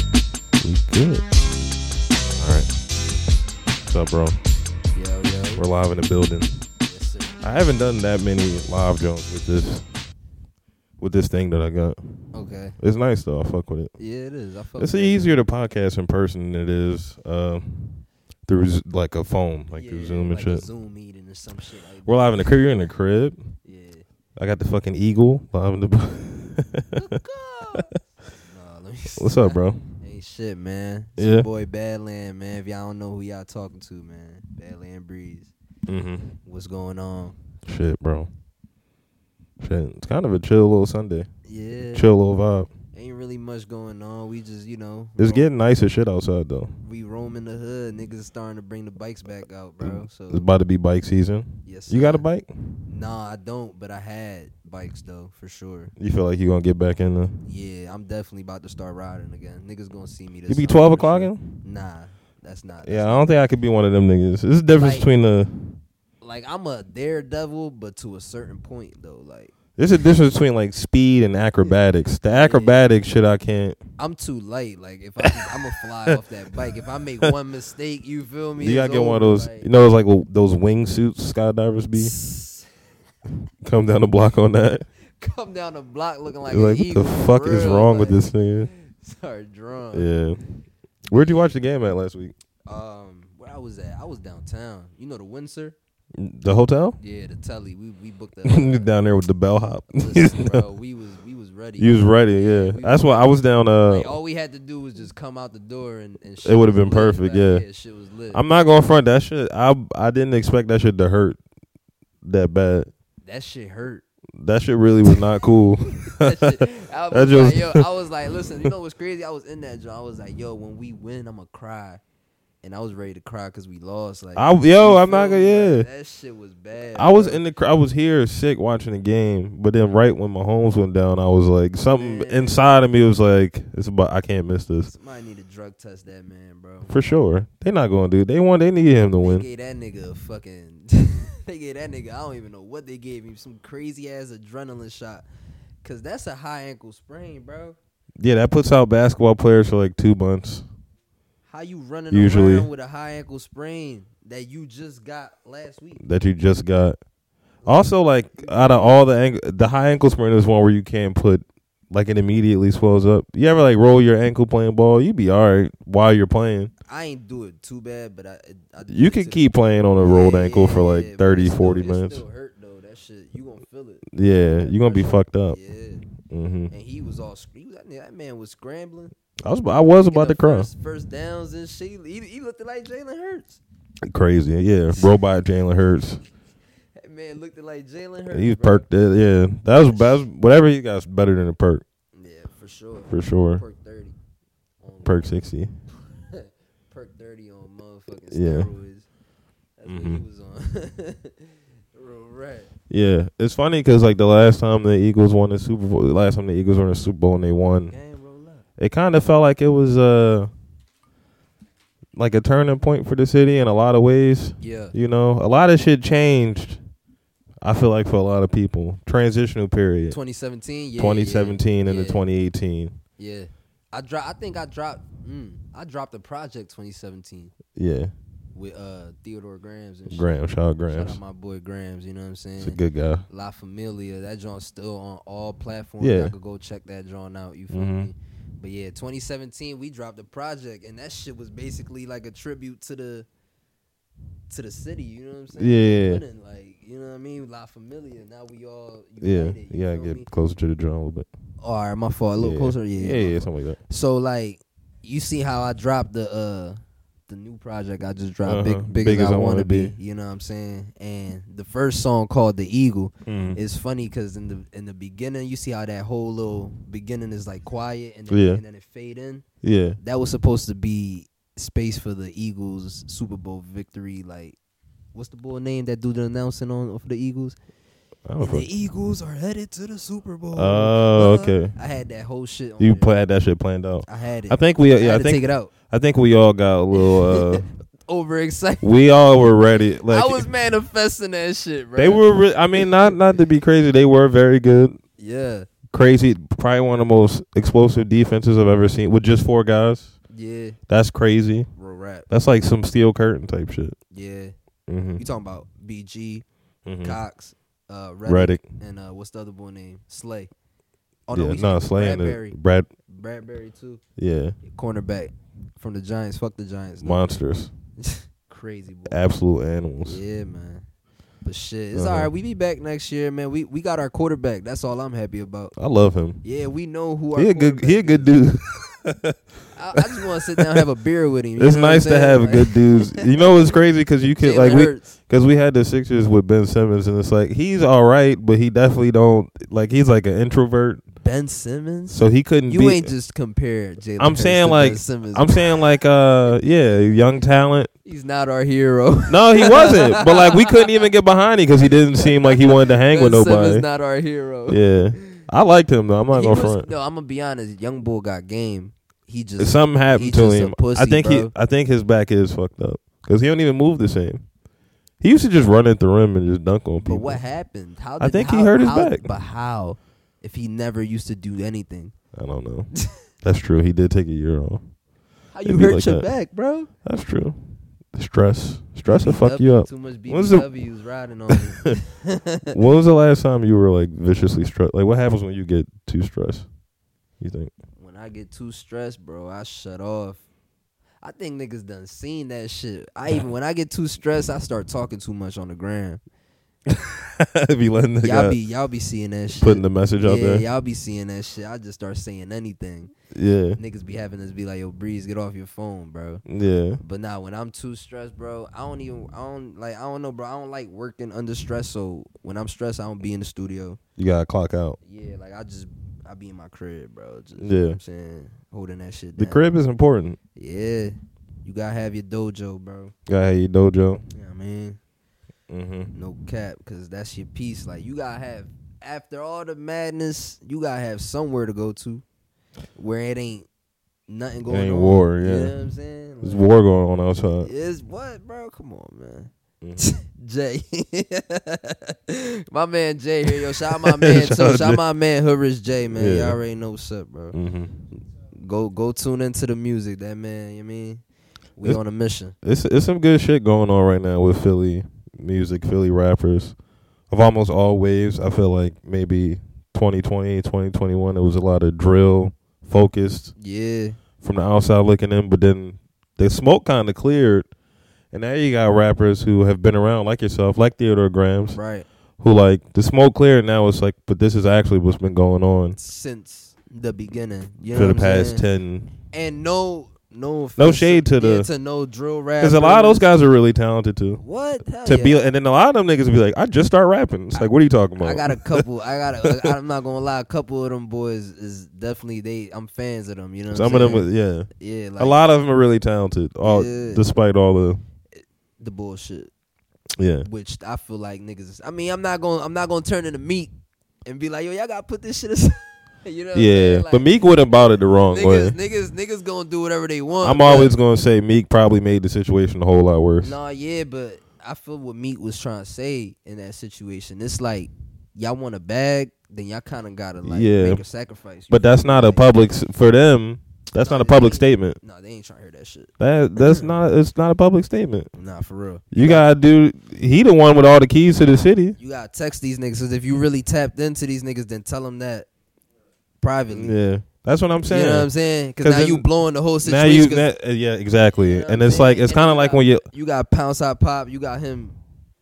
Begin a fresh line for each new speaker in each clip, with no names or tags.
We good.
All right. What's up, bro?
Yo, yo.
We're live in the building.
Yes, sir.
I haven't done that many live joints with this with this thing that I got.
Okay.
It's nice though. I fuck with it.
Yeah, it is. I fuck
It's
with it.
easier to podcast in person than it is uh, through z- like a phone, like through
Yeah,
Zoom and
like a
shit.
Zoom meeting or some shit like
We're live in the crib. You're in the crib.
that. Yeah.
I got the fucking eagle live in the. bu-
Nah, let me
What's up, bro?
Hey, shit, man. It's
Yeah.
your boy Badland, man. If y'all don't know who y'all talking to, man, Badland Breeze.
Mm-hmm.
What's going on?
Shit, bro. Shit, it's kind of a chill little Sunday.
Yeah.
Chill little vibe.
Ain't really much going on. We just, you know,
It's
roam-
getting nice as shit outside though.
we roaming the hood. Niggas starting to bring the bikes back out, bro. So
It's about to be bike season.
yes,
You got a
sir.
bike?
Nah, I don't, but I had bikes though, for sure.
You feel like you gonna get back in the?
Yeah, I'm definitely about to start riding again. Niggas gonna see me this.
You be
summer
twelve
for
o'clock
sure.
in?
Nah, that's not.
Yeah, I don't think I could be one of them niggas. This is the difference
Like-
between the.
Like I'm a daredevil, but to a certain point though. Like
There's a difference between like speed and acrobatics. The acrobatic shit I can't.
I'm too light. Like if I, I'm gonna fly off that bike. If I make one mistake, you feel me?
You gotta
It's
get one of
over,
those.
like-
You know, it's like w- those wingsuits skydivers be. Come down the block on that.
Come down the block looking like,
Like, what
an eagle,
the
for
fuck is
real,
wrong with
like,
this nigga?
Start drunk.
Yeah. Where'd you watch the game at last week?
Um, where I was at, I was downtown. You know the Windsor?
The hotel?
Yeah, the Telly. We we booked that.
down there with the bellhop.
Listen, bro, we was we was ready.
you was ready, yeah. That's why I was down. Uh,
Like, all we had to do was just come out the door and, and shit
It would've
was
been
lit,
perfect,
like,
yeah.
shit was lit.
I'm not going to front that shit. I I didn't expect that shit to hurt that bad.
that shit hurt.
That shit really was not cool.
That shit, I
That
was like, yo,
just-
I was like, listen, you know what's crazy? I was in that joint. I was like, yo, when we win, I'ma cry, and I was ready to cry because we lost. Like,
I,
you
yo, I'm not
feel
gonna.
me?
Yeah,
Like, that shit was bad.
I was
bro.
in the. cr- I was here sick watching the game, but then right when my homes went down, I was like, something
Man.
inside of me was like, it's about. I can't miss this
Somebody need to drug test that man, bro.
for sure. They're not gonna do. They want. They need him to
They
win.
gave that nigga a fucking. they gave that nigga. I don't even know what they gave him. Some crazy ass adrenaline shot. Cause that's a high ankle sprain, bro.
Yeah, that puts out basketball players for like two months.
How you running
Usually.
around with a high ankle sprain that you just got last week?
that you just got. Also, like out of all the ang- the high ankle sprain is one where you can't put like it immediately swells up. You ever like roll your ankle playing ball? You be all right while you're playing.
I ain't do it too bad, but I, I do
You
it
could
to-
keep playing on a rolled
Yeah,
ankle
yeah,
for
yeah,
like
but it
thirty,
still-
forty
it
30, 40 minutes.
Still hurt though. That shit, you gonna feel it.
Yeah, you're gonna be fucked up.
Yeah,
hmm
and he was all sc- he was, that nigga- that man was scrambling.
I was I was about to cry.
Getting First, first downs and shit. He, he looked like Jalen Hurts.
Crazy, yeah. Robot Jalen Hurts.
That man looked like Jalen Hurts.
He was
bro.
perked. It. Yeah, that was, that was whatever he got's better than a perk
Yeah, for sure.
for sure.
Perk thirty. On,
Perk sixty.
Perk thirty on motherfucking
Yeah.
steroids. That's what he
Mhm.
was on. Real right.
Yeah, it's funny because like the last time the Eagles won the Super Bowl, the last time the Eagles won the Super Bowl and they won,
Game roll up.
it kind of felt like it was uh like a turning point for the city in a lot of ways.
Yeah.
You know, a lot of shit changed. I feel like for a lot of people, transitional period,
2017. Yeah.
2017
yeah,
into
yeah,
2018.
Yeah. I dro- I think I dropped. Mm, I dropped the project 2017
Yeah,
with uh Theodore Grams and shit.
Graham, shout out
Shout out
Graham.
my boy Grams. You know what I'm saying?
It's a good guy.
La Familia. That joint's still on all platforms.
Yeah.
I could go check that joint out. You feel
Mhm.
me? But yeah, 2017 we dropped a project, and that shit was basically like a tribute to the to the city. You know what I'm saying?
Yeah.
Winning, like you know what I mean? La Familia. Now we all
Yeah,
united. you
yeah,
feel me?
get closer to the drum a little bit.
All right, my fault. A little
yeah.
closer.
yeah,
my
yeah, something like that.
so like, you see how I dropped the uh the new project I just dropped,
Uh-huh.
big, big, as, I want to
Wanna
be.
Be.
You know what I'm saying? And the first song called "The Eagle"
Mhm.
is funny because in the in the beginning, you see how that whole little beginning is like quiet and then,
Yeah.
and then it fade in.
Yeah,
That was supposed to be space for the Eagles Super Bowl victory. Like, what's the boy name that do the announcing on for the Eagles?
I don't fuck-
The Eagles are headed to the Super Bowl.
Oh,
Uh,
okay.
I had that whole shit. On
You
there.
pla- had that shit planned out.
I had it.
I think we
I had
yeah, I
to take
think
it out.
I think we all got a little uh
Overexcited.
we all were ready. Like
I was manifesting that shit, bro.
they were re- I mean not not to be crazy, they were very good.
yeah,
Crazy, probably one of the most explosive defenses I've ever seen with just four guys.
Yeah,
That's crazy.
real rap.
That's like some steel curtain type shit.
Yeah,
Mm-hmm.
you talking about BG
Mm.
Cox, uh, Reddick,
Reddick.
and uh, what's the other boy name? Slay. Oh
yeah,
no, he's
no, slaying
Bradbury.
the Brad.
Bradbury too,
Yeah,
cornerback from the Giants. Fuck the Giants. No.
monsters,
Crazy boy.
absolute animals.
Yeah, man. But shit, it's
Uh-huh.
all right. We be back next year, man. We we got our quarterback. That's all I'm happy about.
I love him.
Yeah, we know who our
He a good.
quarterback
He a good dude.
is. I, I just want to sit down and have a beer with him. you
it's
know what I'm
nice to
saying?
have
Like,
good dudes. You know what's crazy? Because you can
Jalen
like we
Hurts.
because we had the Sixers with Ben Simmons, and it's like he's all right, but he definitely don't like he's like an introvert,
Ben Simmons.
so he couldn't.
You
be,
ain't just compare Jalen.
I'm
Hurts
saying,
to
like,
Ben Simmons.
I'm saying like uh yeah, young talent.
he's not our hero.
No, he wasn't. but like we couldn't even get behind him because he didn't seem like he wanted to hang
ben
with
Simmons
nobody.
not our hero.
Yeah, I liked him though. I'm not
He
gonna
was-
front.
No, I'm gonna be honest. Young bull got game. He just
Something happened
he's
to
just a
him.
pussy,
I think he.
bro.
I think his back is fucked up because he don't even move the same. He used to just run at the rim and just dunk on people.
But what happened? How did,
I think he
how-
hurt his
how-
back.
But how? If he never used to do anything,
I don't know. That's true. He did take a year off.
how
It'd
you
be
hurt
like
your
that.
back, bro?
That's true. Stress. Stress will fuck you up.
Too much
When's the-
BBWs riding on me.
When was the last time you were like viciously stressed? Like what happens when you get too stressed? You think?
when I get too stressed, bro, I shut off. I think niggas done seen that shit. I even when I get too stressed, I start talking too much on the gram.
if you letting the
Y'all
guy
be y'all be seeing that shit.
putting the message
yeah,
out there.
y'all be seeing that shit. I just start saying anything.
Yeah.
Niggas be having us be like, "Yo, Breeze, get off your phone, bro."
Yeah.
But now when I'm too stressed, bro, I don't even I don't like I don't know, bro. I don't like working under stress. So when I'm stressed, I don't be in the studio.
You gotta clock out.
Yeah, like I just I be in my crib, bro. Just, You
Yeah.
know what I'm saying holding that shit.
The
down.
crib is important.
Yeah, you gotta have your dojo, bro.
Gotta have your dojo.
You know what I mean,
Mm-hmm.
no cap, cause that's your piece. Like you gotta have after all the madness, you gotta have somewhere to go to where it ain't nothing going
ain't
on.
war,
You
yeah.
know what I'm saying?
There's
Like,
war going on outside.
It's what, bro? Come on, man.
Mhm.
Jay, my man Jay here, yo. Shout out my man,
Shout
so
out Jay.
shout out my man Hoodrich Jay, man.
Yeah.
Y'all already know what's up, bro.
Mm-hmm.
Go go tune into the music, that man. You mean we
It's-
on a mission?
It's it's some good shit going on right now with Philly music, Philly rappers. Of almost all waves, I feel like maybe 2020, 2021, it was a lot of drill focused
Yeah,
from the outside looking in, but then the smoke kind of cleared. And now you got rappers who have been around like yourself, like Theodore Grams,
right.
who like the smoke cleared. Now it's like, but this is actually what's been going on
Since the beginning, you know
for the
what I'm
past
saying?
ten.
and no, no,
No
offense-
shade to
yeah,
the
to no drill rap
because a lot of those guys are really talented too.
What Hell
to
Oh, yeah.
be and then a lot of them niggas be like, I just start rapping. It's like, what are you talking about?
I got a couple. I got. A, I- I'm not gonna lie. A couple of them boys is definitely they. I'm fans of them. You know. What
some
I'm
of them,
saying?
was, yeah.
Yeah, like
a lot of them are really talented. All
Yeah.
despite all the
the bullshit,
yeah.
which I feel like niggas. Is, I mean, I'm not gonna. I'm not gonna turn into meat and be like, yo, y'all gotta put this shit aside. you know. What I'm
Yeah,
saying? Like,
but Meek would have bought it the wrong
niggas,
way.
niggas, niggas gonna do whatever they want.
I'm
but-
always gonna say Meek probably made the situation a whole lot worse.
Nah, yeah, but I feel what Meat was trying to say in that situation. It's like y'all want a bag, then y'all kind of gotta like
Yeah.
make a sacrifice. You
But that's
feel
not
me?
a
Like,
public s- for them. That's
No,
not a
they-
public statement.
No, they ain't trying to hear that shit.
That that's not it's not a public statement.
Nah, for real.
You gotta do. He the one with all the keys to the city.
You gotta text these niggas 'cause if you really tapped into these niggas, then tell them that privately.
Yeah, that's what I'm
You
saying.
know what I'm saying? Because
'Cause
now
then-
you blowing the whole
now
situation.
you,
'cause
that, uh, yeah, exactly.
You know what
and
I'm
it's
saying?
like it's
And
kind of
you
like
got-
when you,
you got Pounce Out Pop. You got him.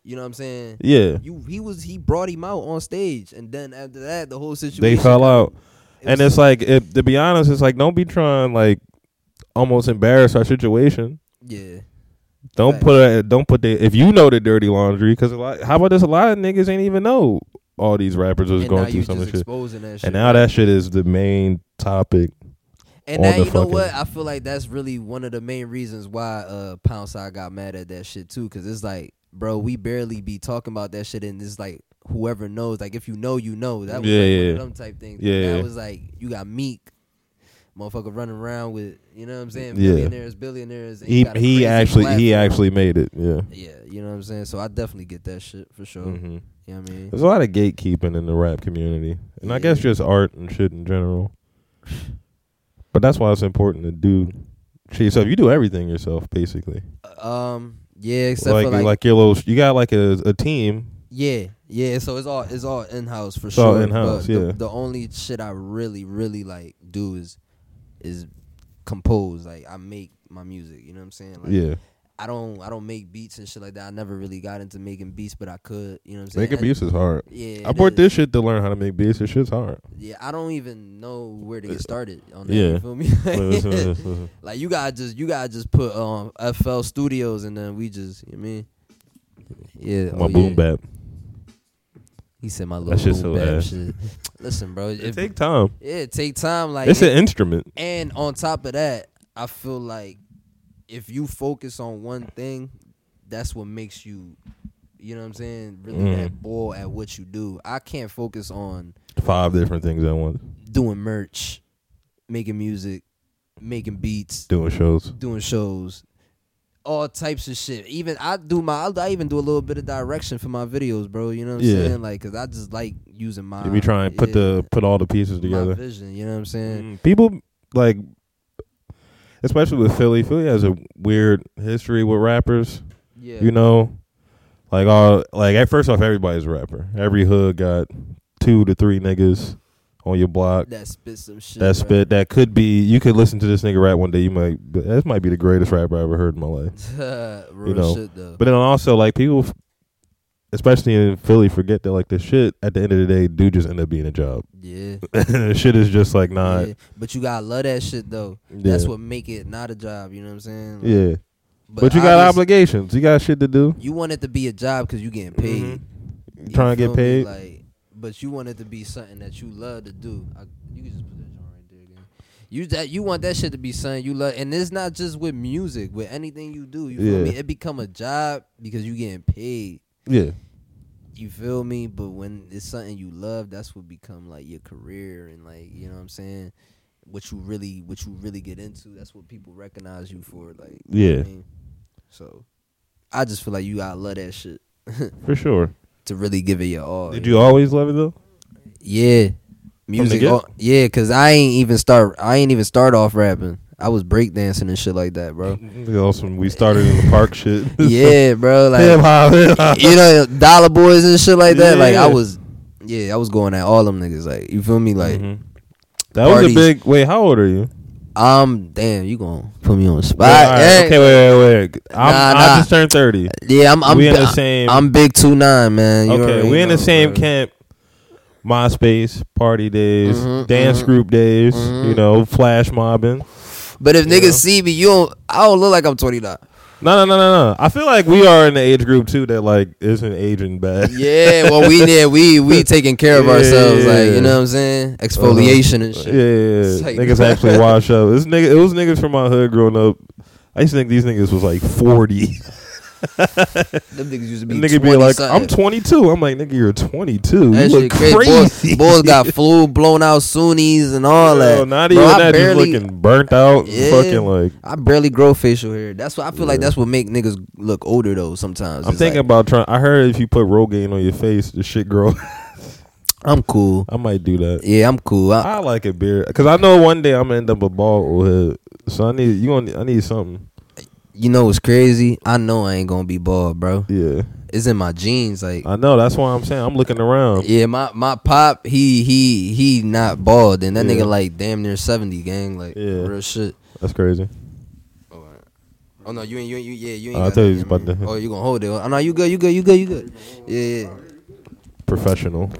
You know what I'm saying?
yeah,
You he was he brought him out on stage, and then after that, the whole situation.
they fell out.
It
and
was-
it's like, if, to be honest, it's like don't be trying like almost embarrass our situation.
yeah.
Don't
Facts.
put a, don't put the if you know the dirty laundry because a lot. How about this? A lot of niggas ain't even know all these rappers was
and
going
now
through
you
some of
just
the shit.
exposing that shit.
And now that shit is the main topic.
And
on
now
the
you know
fucking-
what? I feel like that's really one of the main reasons why uh Pounce I got mad at that shit too, because it's like, bro, we barely be talking about that shit, and it's like whoever knows, like if you know, you know. That was
Yeah,
like
yeah.
one of them type things.
Yeah,
that
yeah.
was like you got Meek, motherfucker running around with, you know what I'm saying?
Yeah.
Billionaires, billionaires. And you
He
got a
he
crazy
actually he
platform.
actually made it. Yeah.
Yeah, you know what I'm saying. So I definitely get that shit for sure.
hmm
You know what I mean?
There's a lot of gatekeeping in the rap community, and I guess
Yeah.
just art and shit in general. But that's why it's important to do shit yourself. You do everything yourself, basically.
Um, yeah, except
like,
for
like
like,
your little, you got like a, a team.
yeah, yeah. So it's all it's all in house for
It's all
sure.
in-house,
but
yeah.
The, the only shit I really really like do is is compose. Like I make my music. You know what I'm saying? Like,
yeah,
I don't I don't make beats and shit like that. I never really got into making beats, but I could. You know what I'm saying?
making
I-
beats is hard.
Yeah,
I
it
bought
is.
this shit to learn how to make beats. This shit's hard.
Yeah, I don't even know where to get started on that.
Yeah. uh,
You feel me? like you gotta just you gotta just put um FL Studios and then we just you know what I mean yeah
My
oh,
boom
yeah.
bap.
He said my
That
little
shit's
boom
so
bap
ass.
shit. Listen, bro,
It
if,
take time.
yeah, it take time. Like
it's
it-
an instrument.
and on top of that, I feel like if you focus on one thing, that's what makes you, you know what I'm saying, really
Mm.
that ball at what you do. I can't focus on
Five different things at once.
doing merch, making music, making beats,
Doing shows.
doing shows, all types of shit. Even I do my, I even do a little bit of direction for my videos, bro. You know what I'm
Yeah.
saying? Like, cause I just like using my.
If you try and put
Ah, yeah,
the put all the pieces
my
together.
vision. You know what I'm saying?
Mm, People like, especially with Philly. Philly has a weird history with rappers.
Yeah.
You know, like all like at first off, everybody's a rapper. Every hood got two to three niggas on your block.
that spit some shit.
That
bro.
spit that could be you could listen to this nigga rap one day. You might that might be the greatest rapper I ever heard in my life.
Real
know,
shit though.
But then also like people, f- especially in Philly, forget that like the shit at the end of the day do just end up being a job.
yeah,
shit is just like not.
yeah. But you gotta love that shit though. That's what make it not a job. You know what I'm saying? Like,
Yeah, but, you got
obvious-
obligations. You got shit to do.
You want it to be a job because you getting paid.
Mhm.
You
Trying to get
feel me?
paid.
Like, but you want it to be something that you love to do. I, you can just put that joint right there again. You that you want that shit to be something you love, and it's not just with music. With anything you do, you feel
Yeah.
me? It become a job because you getting paid.
yeah,
You feel me? But when it's something you love, that's what become like your career and like you know what I'm saying. What you really, what you really get into, that's what people recognize you for. Like, you know what I
Yeah.
mean? So, I just feel like you gotta love that shit
for sure.
to really give it your all.
Did you always love it though?
Yeah, music.
get?
oh, yeah, cause I ain't even start. I ain't even start off rapping. I was breakdancing and shit like that, bro.
Look at all some- we started in the park shit.
yeah, bro. Like
hip hop, hip hop.
you know, dollar boys and shit like that. Like
Yeah.
I was, yeah, I was going at all them niggas. Like you feel me? Like
Mhm. That was a
parties.
big. Wait, how old are you?
um, damn, you gonna put me on the spot?
Wait, all right,
Yeah,
Okay, wait, wait, wait. I'm,
Nah,
I
nah.
just turned thirty.
yeah, I'm. I'm
we in
bi-
the same.
I'm big two nine man. You
okay,
already
we in the
know,
same
bro.
camp. MySpace party days,
Mhm,
dance
mhm.
group days. You
Mhm.
know, flash mobbing.
But if
you know.
niggas see me, you don't. I don't look like I'm twenty nine.
No, no, no, no, no. I feel like we are in the age group too that like isn't aging bad.
Yeah, well, we did. We we taking care of
Yeah.
ourselves, like you know what I'm saying, exfoliation and
Yeah,
shit.
yeah, yeah.
It's like-
niggas actually wash up. This nigga, it was niggas from my hood growing up. I used to think these niggas was like forty.
Them niggas used to be.
Nigga be like, I'm
something.
22. I'm like, nigga, you're 22. you
That shit
look
crazy.
crazy.
Boys, boys got flu, blown out sunnies, and all
Yo,
that.
Not
Bro,
even
I
that,
barely,
just looking burnt out,
Yeah.
fucking like.
I barely grow facial hair. That's what I feel like.
Yeah.
That's what make niggas look older though. Sometimes
I'm
It's
thinking
like,
about trying. I heard if you put Rogaine on your face, the shit grow.
I'm cool.
I might do that.
Yeah, I'm cool. I,
I like a beard because I know one day I'm gonna end up a bald old head. So I need you. Gonna, I need something.
you know what's crazy? I know I ain't gonna be bald, bro.
Yeah,
It's in my genes, like.
I know. That's why I'm saying I'm looking around.
Yeah, my my pop, he he he not bald, and that
Yeah.
nigga like damn near seventy, gang, like
Yeah.
real shit.
That's crazy.
Oh no, you ain't you ain't you yeah you ain't.
I
got
thought
that,
you was about
man.
to-
Oh, you gonna hold it? Oh no, you good, you good, you good, you good. Yeah, yeah.
Professional.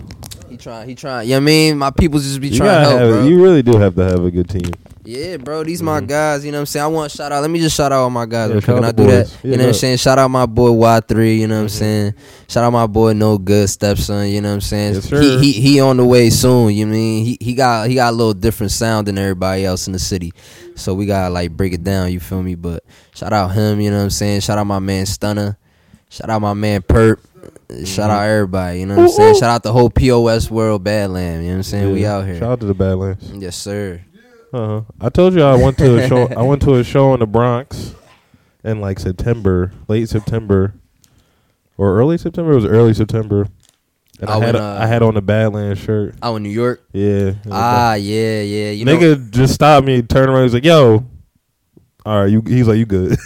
He trying, he trying. You know what I mean? My people just be
You
trying
gotta
to help,
have.
bro.
You really do have to have a good team.
Yeah, bro, these my guys. You know what I'm saying? I want to shout out. Let me just shout out all my guys.
Mm-hmm. Yeah,
real
shout
quick. Can
out
I
the
do that?
boys.
You
Yeah, Mm-hmm.
know what I'm
look.
saying? Shout out my boy Y3. You know what I'm saying? Shout out my boy No Good Stepson. You know what I'm saying?
Yes, sir.
He he he on the way soon. You mean he he got he got a little different sound than everybody else in the city, so we gotta like break it down. You feel me? But shout out him. You know what I'm saying? Shout out my man Stunner. Shout out my man Perp. Shout
Mm-hmm.
out everybody. You know what I'm saying? Shout out the whole POS world, Badland. You know what I'm saying? We
Yeah.
out here.
Shout out to the Badlands.
yes, sir.
Uh-huh. I told you I went to a show. I went to a show in the Bronx in like September, late September, or early September. It was early September, and I,
Oh,
had
in,
a-
uh,
I had on a Badlands shirt.
Out in New York.
Yeah.
Ah, yeah, yeah. You know,
Nigga just stopped me, turned around, he was like, "Yo, All right, you. He's like, you good.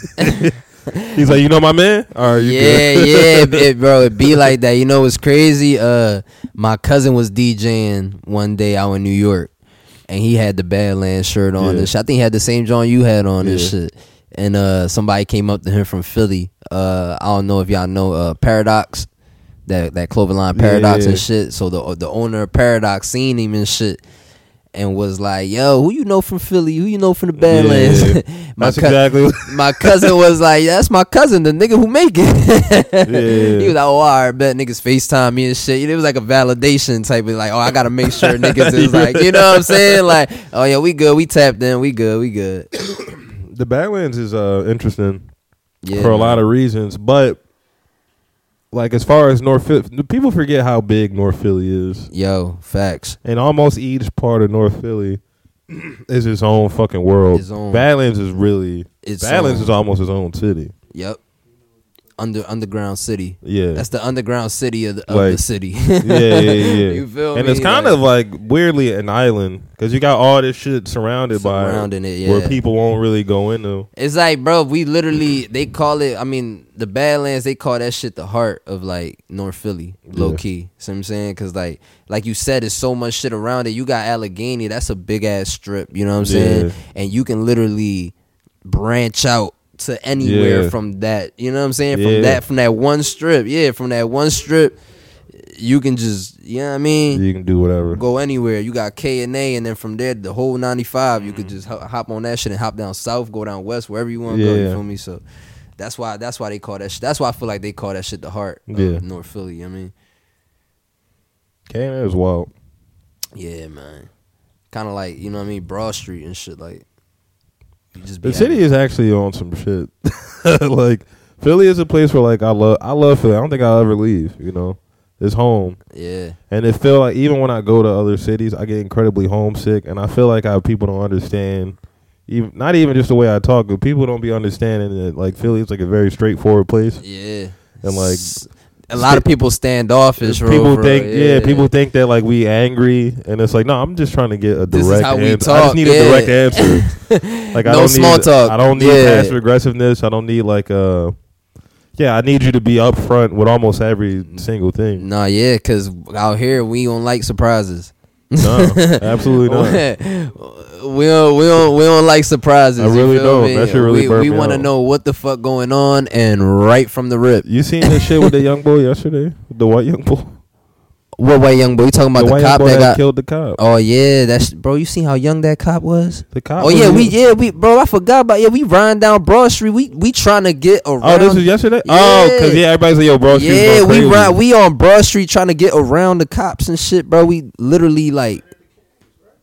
he's like, you know my man. All right, you
yeah,
good.
yeah, it- it- bro. It be like that. You know what's crazy? Uh, my cousin was DJing one day out in New York, and he had the Badlands shirt on.
Yeah.
And shit. I think he had the same John you had on and
Yeah.
shit. And uh, somebody came up to him from Philly. Uh, I don't know if y'all know uh, Paradox, that that Cloverline
Yeah,
Paradox
yeah.
and shit. So the the owner of Paradox seen him and shit. And was like, yo, who you know from Philly? Who you know from the Badlands?
Yeah.
my
That's
cou-
exactly. What,
my cousin was like, "That's my cousin, the nigga who make it."
Yeah.
He was like, "Oh, all right, bet niggas Facetime me and shit." It was like a validation type of like, "Oh, I gotta make sure niggas is like, you know what I'm saying? Like, oh yeah, we good, we tapped in, we good, we good."
the Badlands is uh interesting
Yeah,
for a lot of reasons, but like as far as North Philly, people forget how big North Philly is,
yo facts.
and almost each part of North Philly is its own fucking world.
Its own.
Badlands is really
It's
Badlands
um,
is almost its own city.
yep. Under underground city.
Yeah,
That's the underground city of the, of
Like-
the city.
yeah, yeah, yeah.
You feel
and
me?
it's kind
Like-
of like weirdly an island because you got all this shit surrounded by
Surrounding it, yeah.
where people won't really go into.
It's like, bro, we literally they call it. I mean, the Badlands they call that shit the heart of like North Philly, low
Yeah.
key. See what I'm saying? Because like, like you said, it's so much shit around it. You got Allegheny, that's a big ass strip. You know what I'm saying?
Yeah.
And you can literally branch out to anywhere
Yeah.
from that. You know what I'm saying?
Yeah.
From that, from that one strip, yeah, from that one strip, you can just, you know what I mean?
You can do whatever.
Mm. go anywhere. You got K and A, and then from there, the whole ninety you could just ho- hop on that shit and hop down south, go down west, wherever you want to go. You
Mm-hmm. Yeah.
feel me? So that's why that's why they call that. Sh- that's why I feel like they call that shit the heart of
Yeah.
North Philly. I mean,
Canada is wild.
yeah, man. Kind of like you know what I mean, Broad Street and shit. Like you just be
The city is actually on some shit. like Philly is a place where like I love I love Philly. I don't think I'll ever leave, you know. It's home.
yeah,
And it feel like even when I go to other cities, I get incredibly homesick and I feel like I people don't understand even not even just the way I talk, but people don't be understanding that like Philly is like a very straightforward place.
yeah.
And, like,
S- a lot of people standoffish. bro,
people
bro.
think yeah, people think that like we angry and it's like no i'm just trying to get a direct
This is how we
answer i just
talk,
need
yeah.
a direct answer like i
No
don't
small
need
talk,
i don't need
yeah.
passive aggressiveness i don't need like uh yeah i need you to be upfront with almost every single thing
Nah, yeah, cause out here we don't like surprises.
no absolutely not
we don't, we don't, we don't like surprises.
I
you
really
feel
don't.
me?
That shit really
We,
burnt
we
me
want to
out.
know what the fuck going on and right from the rip.
you seen this shit with the young boy yesterday the white young boy
What white young boy? You talking about the,
white young
cop
boy
that got?
killed the cop
Oh yeah, that's bro. You seen how young that cop was?
the cop
Oh
was
yeah, we
in-
yeah we bro. I forgot about yeah. We riding down Broad Street. We we trying to get around.
oh this was yesterday oh because
Yeah.
yeah everybody's like yo bro she was
yeah,
going
we
crazy.
ride. We on Broad Street trying to get around the cops and shit, bro. We literally like,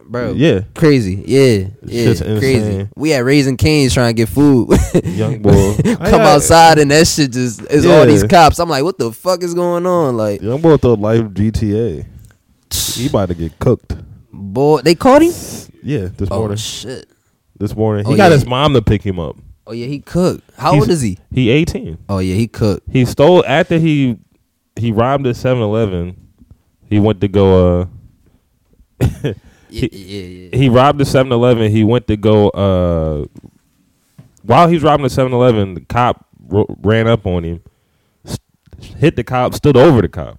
bro.
yeah
Crazy, yeah, yeah,
Shit's
crazy.
insane.
We at Raising Cane's trying to get food.
young boy
Come outside and that shit just is all these
Yeah.
cops. I'm like, what the fuck is going on? Like,
Young boy thought life GTA. He about to get cooked.
boy, they caught him.
Yeah, this
Oh
morning.
shit.
This morning, he
Oh,
got
yeah.
his mom to pick him up.
Oh yeah, he cooked. How
He's-
old is he?
He 18.
Oh yeah, he cooked.
He stole after he he robbed a 7-Eleven. He went to go uh
Yeah, yeah, yeah.
he robbed a 7-Eleven. He went to go uh while he's robbing the 7-Eleven, the cop ro- ran up on him. s- Hit the cop, stood over the cop.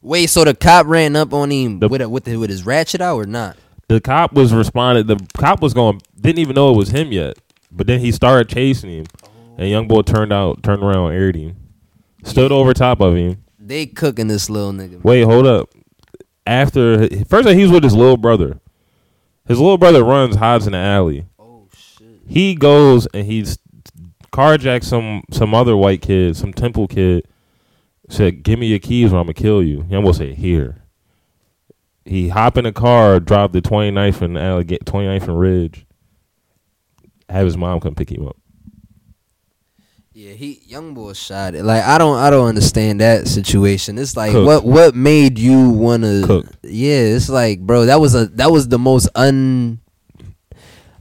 Wait, so the cop ran up on him
The-
with a, with the, with his ratchet out or not?
The cop was responded. The cop was going. Didn't even know it was him yet. But then he started chasing him, and young boy turned out, turned around, and aired him, stood over top of him.
They cooking this little nigga.
Wait, hold up. After first, he was with his little brother. His little brother runs, hides in the alley.
Oh shit.
He goes and he's carjacks some some other white kid, some temple kid. Said, "Give me your keys, or I'm gonna kill you." Young boy said, "Here." He hop in the car, drive the 29th and Alleg- 29th and Ridge. Have his mom come pick him up.
Yeah, he young boy shot it. Like I don't I don't understand that situation. It's like
Cooked.
what what made you wanna
Cooked.
Yeah, it's like bro, that was a that was the most un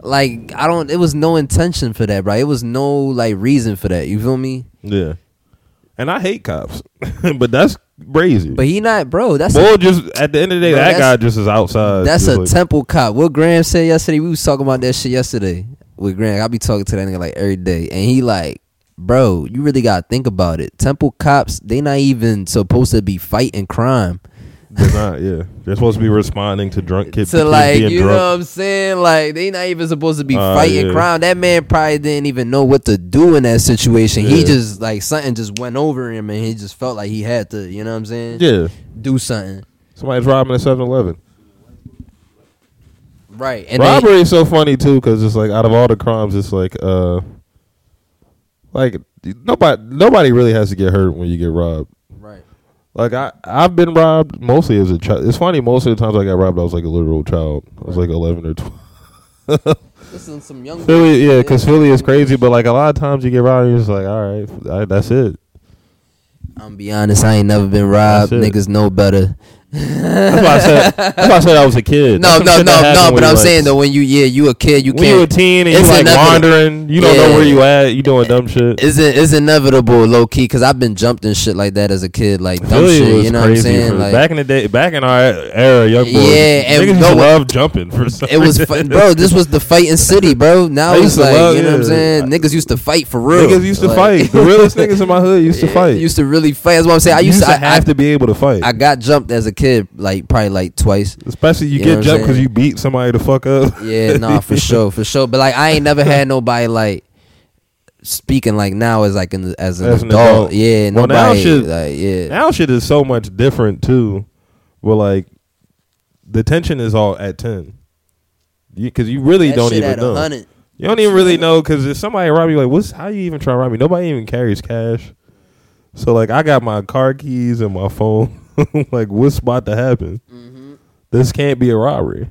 like I don't it was no intention for that, bro. It was no like reason for that. You feel me?
Yeah, and I hate cops, but that's crazy.
But he not bro, that's a,
Bull just at the end of the day,
Bro,
that
that's-
guy just is outside.
that's
just
a
like-
temple cop. What Graham said yesterday, we was talking about that shit yesterday. with Grant. I be talking to that nigga like every day, and he like, bro, you really gotta think about it. Temple cops, they not even supposed to be fighting crime.
They're not. Yeah, they're supposed to be responding to drunk kids.
to
kids
like
being
you
drunk.
know what I'm saying? Like they not even supposed to be
Uh,
fighting
yeah.
crime. That man probably didn't even know what to do in that situation. He
Yeah.
just like something just went over him and he just felt like he had to, you know what I'm saying?
Yeah,
Do something.
somebody's robbing a 7-Eleven.
Right. And they-
Robbery is so funny too because it's like out of all the crimes, it's like uh, like nobody nobody really has to get hurt when you get robbed.
right.
Like I I've been robbed mostly as a child. It's funny most of the times I got robbed, I was like a literal child. I was like eleven or twelve.
Listen, some young
Philly, yeah, because Philly is crazy, but like a lot of times you get robbed, you're just like, all right, I, that's it.
I'm be honest, I ain't never been robbed.
That's it.
Niggas know better.
That's why I said that's why I said I was a kid.
No,
That's some
no, no,
shit that happened
no.
when
But
you,
I'm
like-
saying though, when you yeah, you a kid, you
when you a
can't.
teen and you
it's
like
inevitable.
wandering, you don't
Yeah.
know where you at. You doing dumb shit.
It's, in- it's inevitable, low key, because I've been jumped and shit like that as a kid, like dumb
Philly
shit.
was
You know what I'm
crazy.
saying?
for-
Like
back in the day, back in our era, young boys,
Yeah, and
niggas used
no-
to love jumping for some
It was,
reason.
fu- bro. This was the fighting city, bro. Now
I
it's
used to
like,
love-
you know what I'm
yeah.
saying? Niggas used to fight for real.
Niggas used to
Like-
fight. The realest niggas in my hood used to
Yeah,
fight.
Used to really fight. That's what I'm saying. I
You
used, to, I,
have to be able to fight.
I, I got jumped as a kid, like probably like twice.
Especially you,
You know what
get
I'm
jumped because
saying?
you beat somebody the fuck up.
Yeah, nah, for sure, for sure. But like, I ain't never had nobody like speaking like now as like in, as an,
As an
adult.
adult.
Yeah,
Well,
nobody
now shit-
like yeah.
Now shit is so much different too. Well, like the tension is all at ten, because you, really
That
don't
shit
even
at
know.
100.
You don't even really know because if somebody rob you, like, what's how you even try to rob me? Nobody even carries cash. So like, I got my car keys and my phone. like, what's about to happen?
Mm-hmm.
This can't be a robbery.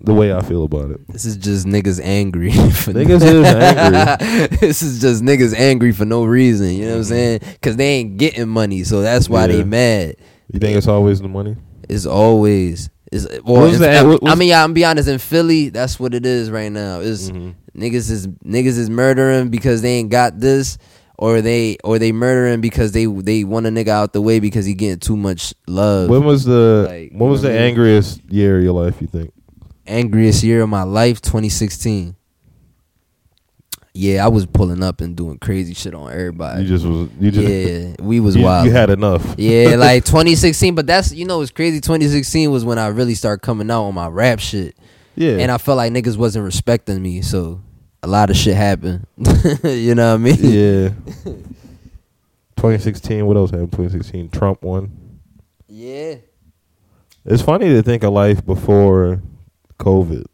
The way I feel about it,
This is just niggas angry. for
niggas is angry. Mm-hmm.
this is just niggas angry for no reason. You know what I'm saying? Because they ain't getting money, so that's why they
Yeah.
mad.
You think it's always the money?
It's always. It's, well,
What's
in-
that? What-
I
what's-
mean, yeah, I'm be honest. In Philly, that's what it is right now. It's
Mm-hmm.
niggas is niggas is murdering because they ain't got this, or they or they murdering because they they want a nigga out the way because he getting too much love.
When was the
Like,
when was
you know
the
what I mean?
angriest year of your life? You think?
Angriest year of my life, 2016. Yeah, I was pulling up and doing crazy shit on everybody.
You just was. You just.
yeah, we was
you,
wild.
you had enough.
yeah, like 2016, but that's you know it's crazy. 2016 was when I really started coming out on my rap shit,
yeah.
and I felt like niggas wasn't respecting me, so a lot of shit happened. you know what I mean?
yeah. 2016. What else happened? 2016. Trump won.
Yeah.
It's funny to think of life before COVID,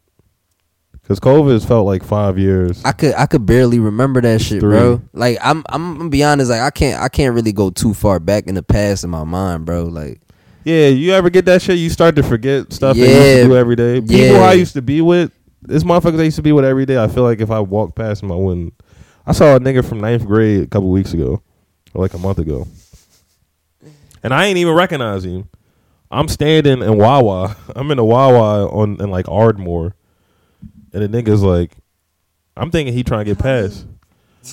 because COVID has felt like five years.
I could I could barely remember that shit,
Three.
bro. Like I'm I'm gonna be honest, like I can't I can't really go too far back in the past in my mind, bro. Like
yeah. You ever get that shit? You start to forget stuff that you used
Yeah.
to do every day. People
Yeah.
I used to be with. This motherfuckers I used to be with every day. I feel like if I walked past him, I wouldn't. I saw a nigga from ninth grade a couple weeks ago, or like a month ago, and I ain't even recognize him. I'm standing in Wawa. I'm in a Wawa on in like Ardmore, and the nigga's like, I'm thinking he trying to get past.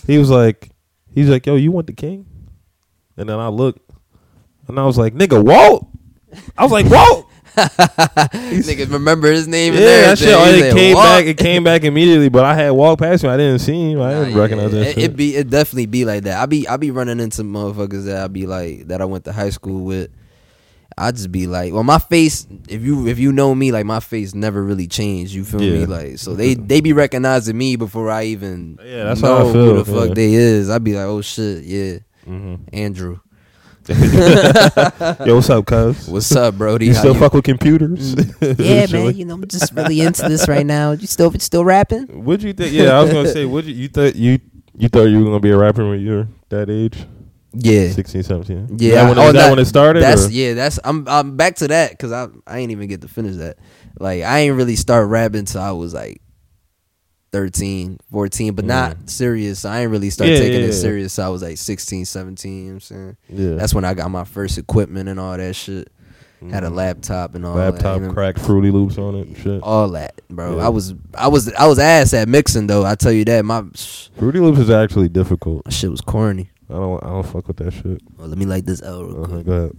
He was like, he's like, yo, you want the king? And then I looked, and I was like, nigga, Walt. I was like, Walt.
niggas remember his name and
Yeah, that
everything.
shit. oh,
He's
It
like,
came
"What?"
back. It came back immediately. But I had walked past him. I didn't see him. I
Nah,
didn't
yeah,
recognize that.
it,
shit.
it be it definitely be like that. I be I be running into motherfuckers that I be like that I went to high school with. I just be like, well, my face. If you if you know me, like my face never really changed. You feel me?
Yeah.
Like so they they be recognizing me before I even
Yeah, that's
know
how I
who
feel,
the fuck
yeah.
they is. I be like, oh shit, yeah, Andrew,
Mm-hmm. Yo, what's up, cuz?
what's up, Brody?
You
How
still fuck with computers?
Mm.
Yeah,
Shit like-
man. You know, I'm just really into this right now. You still still rapping?
What'd you think? Yeah, I was gonna say. What you, you thought you you thought you were gonna be a rapper when you were that age,
Yeah.
16, 17?
Yeah,
that when,
oh,
is that
that-
when it started.
That's
or?
yeah. That's I'm I'm back to that because I I ain't even get to finish that. Like I ain't really start rapping till I was like 13, 14, but not serious. I ain't really start
Mm. Yeah,
taking
yeah,
it
yeah.
serious. till I was like 16, 17, you know what I'm saying
yeah.
that's when I got my first equipment and all that shit. Had a laptop and all that.
Mm-hmm. Mm. laptop
you know? Oh.
crack fruity loops on it. and Shit,
All that, bro.
Yeah.
I was, I was, I was ass at mixing though. I tell you that my, my
fruity loops is actually difficult.
shit was corny.
I don't I don't fuck with that shit.
Oh, let me light this out real
Uh-huh,
quick.
go ahead.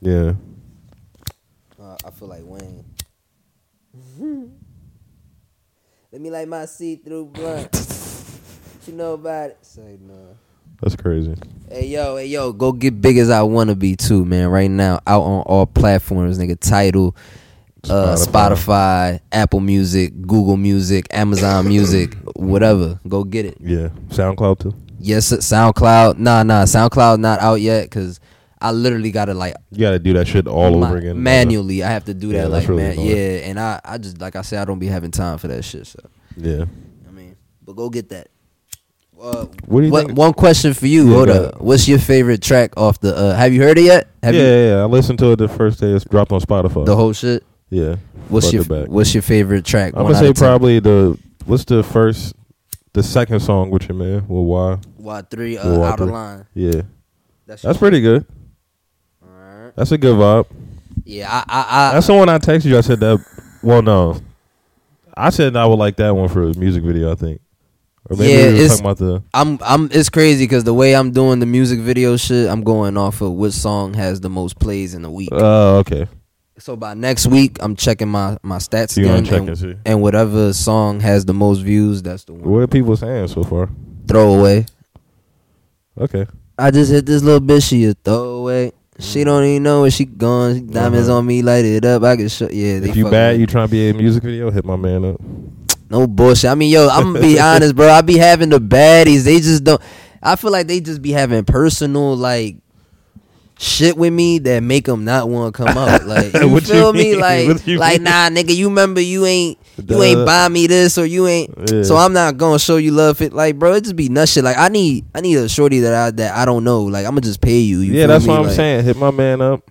Yeah.
Uh, I feel like Wayne.
Let me light my see through blunt. what you know about it? Say no.
That's crazy.
Hey yo, hey yo, go get big as I wanna be too, man. Right now, out on all platforms, nigga. Title, uh, Spotify, Apple Music, Google Music, Amazon Music, whatever. Go get it.
Yeah, SoundCloud too.
Yes, sir, SoundCloud. Nah, nah, SoundCloud not out yet because I literally gotta like
You gotta do that shit all
ma-
over again.
manually. I have to do
Yeah,
that, like
that's really
man,
annoying.
yeah. And I, I just like I said, I don't be having time for that shit. So
Yeah.
I mean, but go get that. Uh,
What do you
what,
think?
one question for you.
Yeah,
Hold
go
up.
ahead.
What's your favorite track off the? Uh, have you heard it yet? Have
yeah,
you
yeah, yeah. I listened to it the first day it's dropped on Spotify.
the whole shit?
yeah.
What's
front
your
to back.
What's your favorite track?
I'm
One
gonna
out
say
of ten.
probably the what's the first the second song with your man? Well why?
Why three uh,
Well, why
out of
three?
line.
Yeah.
That's,
That's pretty good.
Alright.
That's a good vibe.
Yeah, I, I, I
That's the one I texted you. I said that well no. I said I would like that one for a music video, I think. Or maybe
Yeah,
we were
it's-
talking about the
I'm I'm it's crazy because the way I'm doing the music video shit, I'm going off of which song has the most plays in the week.
Oh, okay.
so by next week, I'm checking my my stats
You
again,
wanna check
and,
and see.
and whatever song has the most views, that's the one.
What are people saying so far?
Throwaway.
Okay.
I just hit this little bitch. She a throwaway. She don't even know where she gone. She diamonds
Mm. Uh-huh.
on me, light it up. I can show. Yeah, they
If you
fucking
bad,
with
you trying to be in a music video, hit my man up.
No bullshit. I mean, yo, I'm gonna be honest, bro. I be having the baddies. They just don't. I feel like they just be having personal like shit with me that make them not want to come out. Like, you
What you
feel me?
mean?
Like,
What you
like
mean?
nah, nigga. You remember you ain't you ain't
Duh.
buy me this or you ain't.
Yeah.
So I'm not gonna show you love. It like, bro, it just be nut shit. Like, I need I need a shorty that I that I don't know. Like, I'm gonna just pay you. you
Yeah,
feel
that's
me?
what I'm
Like,
saying. Hit my man up.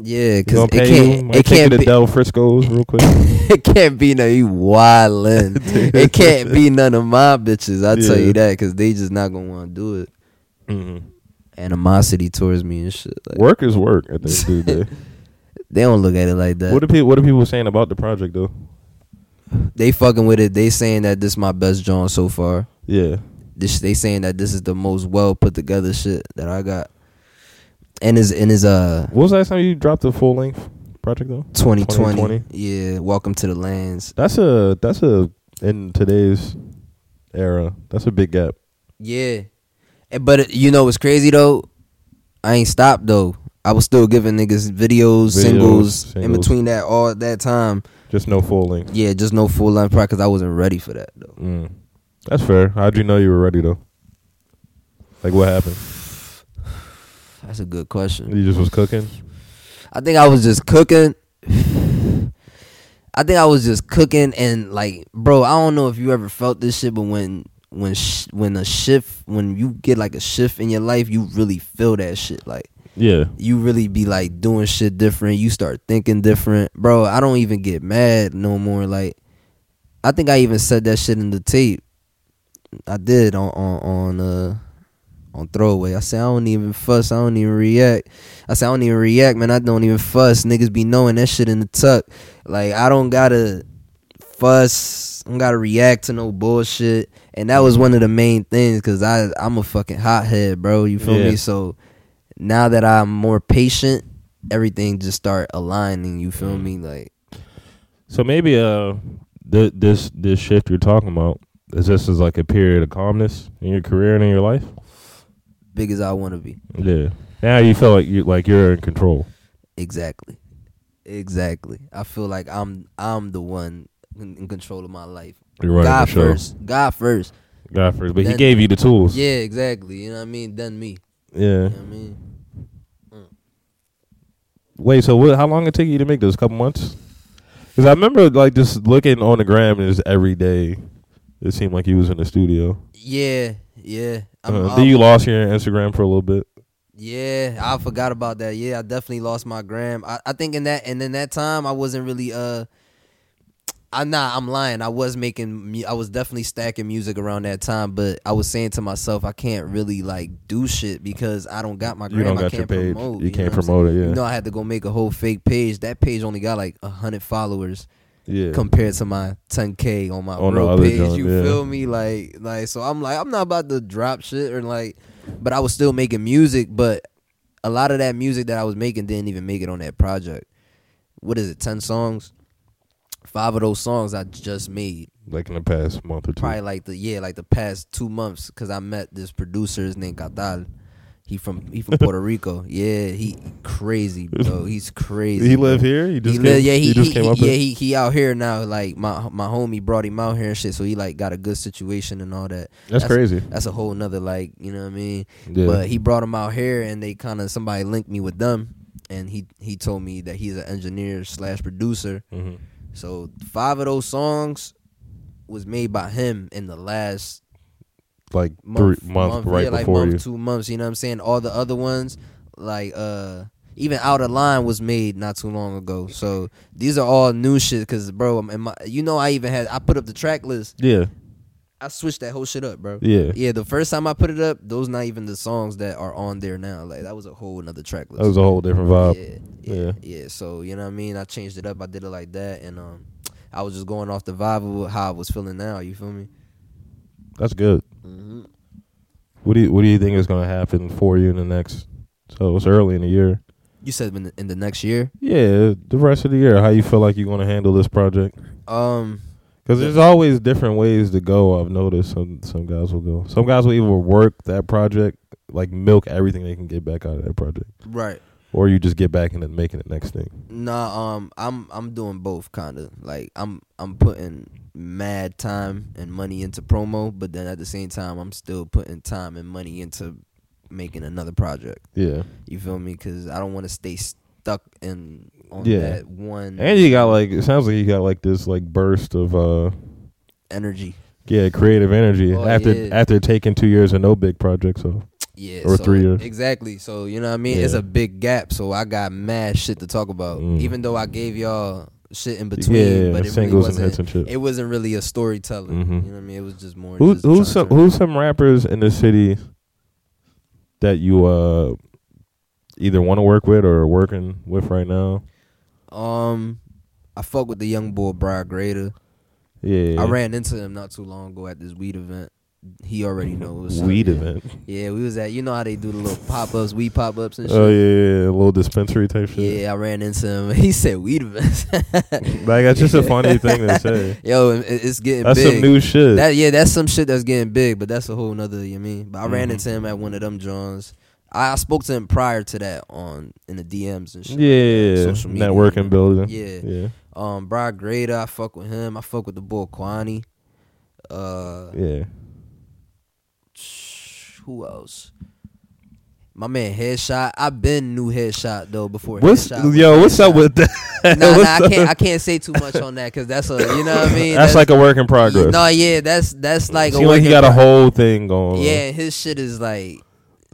Yeah,
He
because
gonna
it
pay you.
can't
Might
it
take you
can't
to
be,
Del Frisco's real quick.
it can't be no you wildin'. it can't be none of my bitches. I tell
Yeah.
you that because they just not gonna want to do it. Animosity towards me and shit. Like,
Mm-hmm. Work is work at the end of the day.
They don't look at it like that.
what are people What are people saying about the project though?
they fucking with it. They saying that this my best John so far.
Yeah,
This they saying that this is the most well put together shit that I got. And is and is uh
what was the last time you dropped a full length project though?
2020.
2020?
Yeah, welcome to the lands.
That's a that's a in today's era. That's a big gap.
Yeah, Eh, but it- you know what's crazy though? I ain't stopped though. I was still giving niggas videos,
Videos,
singles, in
singles.
between that all that time.
Just no full length.
Yeah, just no full length project because I wasn't ready for that though.
Mm. That's fair. How'd you know you were ready though? Like what happened?
That's a good question.
You just was cooking.
I think I was just cooking. I think I was just cooking and like, bro, I don't know if you ever felt this shit, but when when sh- when a shift when you get like a shift in your life, you really feel that shit like.
Yeah.
you really be like doing shit different. You start thinking different, bro. I don't even get mad no more. Like, I think I even said that shit in the tape. I did on on on uh on throwaway. I said I don't even fuss. I don't even react. I said I don't even react, man. I don't even fuss. Niggas be knowing that shit in the tuck. Like I don't gotta fuss. I don't gotta react to no bullshit. And that was one of the main things because I I'm a fucking hothead, bro. You feel
Yeah.
me? So now that I'm more patient, everything just start aligning. You feel
Mm.
me? Like
So maybe uh, th- this this shift you're talking about is this is like a period of calmness in your career and in your life.
big as I want to be.
Yeah. Now you feel like you like you're in control.
Exactly. Exactly. I feel like I'm I'm the one in, in control of my life.
You're running
God
the show.
first. God first.
God first, but he
Then-
gave you the tools.
Yeah, exactly. You know what I mean? Then me.
Yeah.
You know what I mean?
Wait. So what? How long it take you to make this? couple months? Because I remember like just looking on the gram and just every day, it seemed like you was in the studio.
Yeah, yeah. I'm,
Uh,
I'm-
then you lost your Instagram for a little bit.
Yeah, I forgot about that. Yeah, I definitely lost my gram. I, I think in that and in that time I wasn't really uh I nah, I'm lying. I was making mu- I was definitely stacking music around that time, but I was saying to myself I can't really like do shit because I don't got my gram.
you don't
I
got your
can't
page.
promote.
you, can't
know what I'm
promote it.
saying?
Yeah.
You know I had to go make a whole fake page. That page only got like a 100 followers
yeah.
compared to my 10k on my
On the
real
other
page.
joint,
you
yeah.
feel me? Like, like so I'm like I'm not about to drop shit or like, but I was still making music. But a lot of that music that I was making didn't even make it on that project. What is it? Ten songs. five of those songs I just made.
like in the past month or two.
Probably like the yeah, like the past two months, because I met this producer. His name Catal. He from he from Puerto Rico. Yeah, he crazy, bro. He's
Did
crazy.
he
bro.
live here? He just
he
came,
live, yeah, he,
just
he-
came
he-
up
yeah,
here?
he he out here now. Like my my homie brought him out here and shit, so he like got a good situation and all that.
that's,
that's-
crazy.
That's a whole nother like, you know what I mean?
Yeah.
But he brought him out here, and they kind of somebody linked me with them, and he he told me that he's an engineer slash producer.
hmm
So five of those songs was made by him in the last
Like
month,
three month, right
yeah, like
before
month,
you.
two months. You know what I'm saying? All the other ones, like uh, even Out of Line was made not too long ago. So these are all new shit, cause bro, I'm- and my, you know I even had I put up the track list.
Yeah,
I switched that whole shit up, bro.
yeah.
Yeah, the first time I put it up, those not even the songs that are on there now. Like that was a whole another track list.
That was a whole different vibe.
yeah,
yeah.
yeah, yeah. So you know what I mean? I changed it up. I did it like that, and um, I was just going off the vibe of how I was feeling now. You feel me?
That's good.
Mm-hmm.
What do you What do you think is going to happen for you in the next? So it's early in the year.
You said in the, in the next year.
Yeah, the rest of the year. How you feel like you're going to handle this project?
Um,
Because there's always different ways to go. I've noticed some some guys will go. Some guys will either work that project, like milk everything they can get back out of that project,
right.
or you just get back into making the next thing.
Nah, um, I'm I'm doing both kind of like I'm I'm putting mad time and money into promo, but then at the same time I'm still putting time and money into making another project.
Yeah,
You feel me? Because I don't want to stay stuck in on
Yeah.
that one
and you got like it sounds like you got like this like burst of uh
energy.
yeah creative energy
Oh,
after
yeah.
after taking two years of no big projects. So
Yeah,
Or
so-
three years.
Exactly. So you know what I mean?
Yeah.
It's a big gap. So I got mad shit to talk about.
Mm.
Even though I gave y'all shit in between,
yeah, yeah,
but it really
singles and
wasn't.
hits and shit.
it wasn't really a storytelling.
Mhm.
You know what I mean? It was just more.
Who,
just
who's
trying
some
to-
who's some rappers in the city that you uh either want to work with or are working with right now?
Um, I fuck with the young boy Briar Grader.
Yeah,
I ran into him not too long ago at this weed event. He already knows.
weed event.
Yeah, we was at. You know how they do the little pop ups, weed pop ups and shit.
Oh yeah, yeah, yeah, a little dispensary type shit.
Yeah, I ran into him. He said weed events.
like that's just a funny thing to say.
Yo, it- it's getting
That's
big.
some new shit.
That yeah, that's some shit that's getting big, but that's a whole nother. You know what I mean? But I ran
Mhm.
into him at one of them Johns. I, I spoke to him prior to that on in the DMs and shit.
yeah,
Social media.
networking building.
Yeah.
yeah,
Um, Brock Grader, I fuck with him. I fuck with the boy Kwani. Uh,
yeah.
who else? My man Headshot. I've been new Headshot though before.
What's
Headshot was
yo? What's up
Headshot.
with that?
Nah, nah,
What's
I
up?
can't. I can't say too much on that because that's a. You know what I mean?
That's, like a work in progress.
No, yeah, that's that's like
Seem like
work
he
in
got a
pro-
whole thing going.
Yeah, his shit is like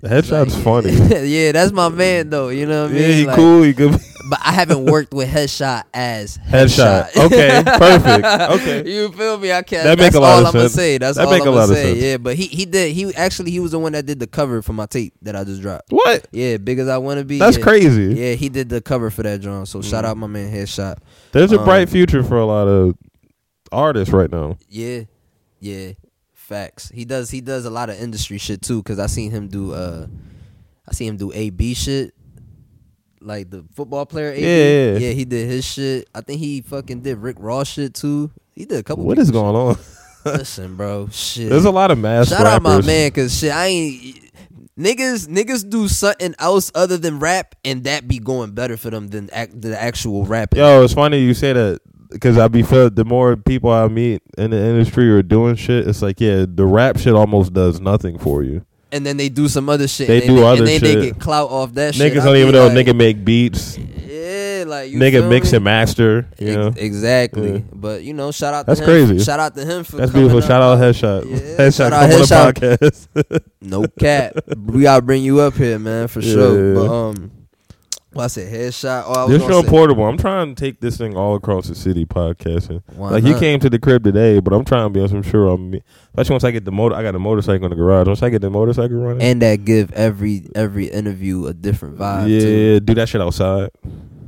on. headshot's
like-
funny.
yeah, that's my man though. You know what I mean?
yeah, he
Like,
cool. He good.
But I haven't worked with Headshot as Headshot.
Headshot. Okay, perfect. Okay.
You feel me? I can't.
That make
that's
a lot
all
of
I'm gonna
sense.
say. That's
That
all
make
I'm
a
gonna
lot of
say.
sense.
Yeah, but he he did. He actually he was the one that did the cover for my tape that I just dropped.
What?
Yeah, big as I wanna be.
That's
yeah.
crazy. Mm-hmm.
Yeah, he did the cover for that drum. So shout out my man Headshot.
There's a
Um,
bright future for a lot of artists right now.
Yeah, yeah, facts. He does. He does a lot of industry shit too. Cause I seen him do. Uh, I seen him do AB shit, like the football player. AB.
Yeah, yeah.
yeah. He did his shit. I think he fucking did Rick Ross shit too. He did a couple.
What is going on?
on? Listen, bro. Shit.
There's a lot of mass
Shout out
rappers.
my man. Cause shit, I ain't. Niggas, niggas do something else other than rap, and that be going better for them than act, the actual rapping.
Yo, it's funny you say that because I be feel the more people I meet in the industry are doing shit. It's like yeah, the rap shit almost does nothing for you.
And then they do some other shit.
They
and
do
then,
other
and then
shit.
They get clout off that shit.
Niggas
I
don't
be
even know
like-
nigga make beats.
Yeah, like you feel
Nigga mix
me?
and master. You
Ex-
know.
exactly.
Yeah.
But you know, shout out.
That's
to him.
crazy.
Shout out to him for
That's
coming
beautiful.
up.
Shout out Headshot.
Yeah,
Headshot
shout
come on
out Headshot.
the podcast.
No cap. we gotta bring you up here, man, for
Yeah,
sure.
yeah, yeah.
But um, well, I said headshot. Oh, I was
This
gonna
show
say,
portable. I'm trying to take this thing all across the city podcasting.
Why
like you
not?
came to the crib today, but I'm trying to be on some sure I'm especially once I get the motor I got a motorcycle in the garage. Once I get the motorcycle running.
And that give every every interview a different vibe.
yeah,
too.
do that shit outside.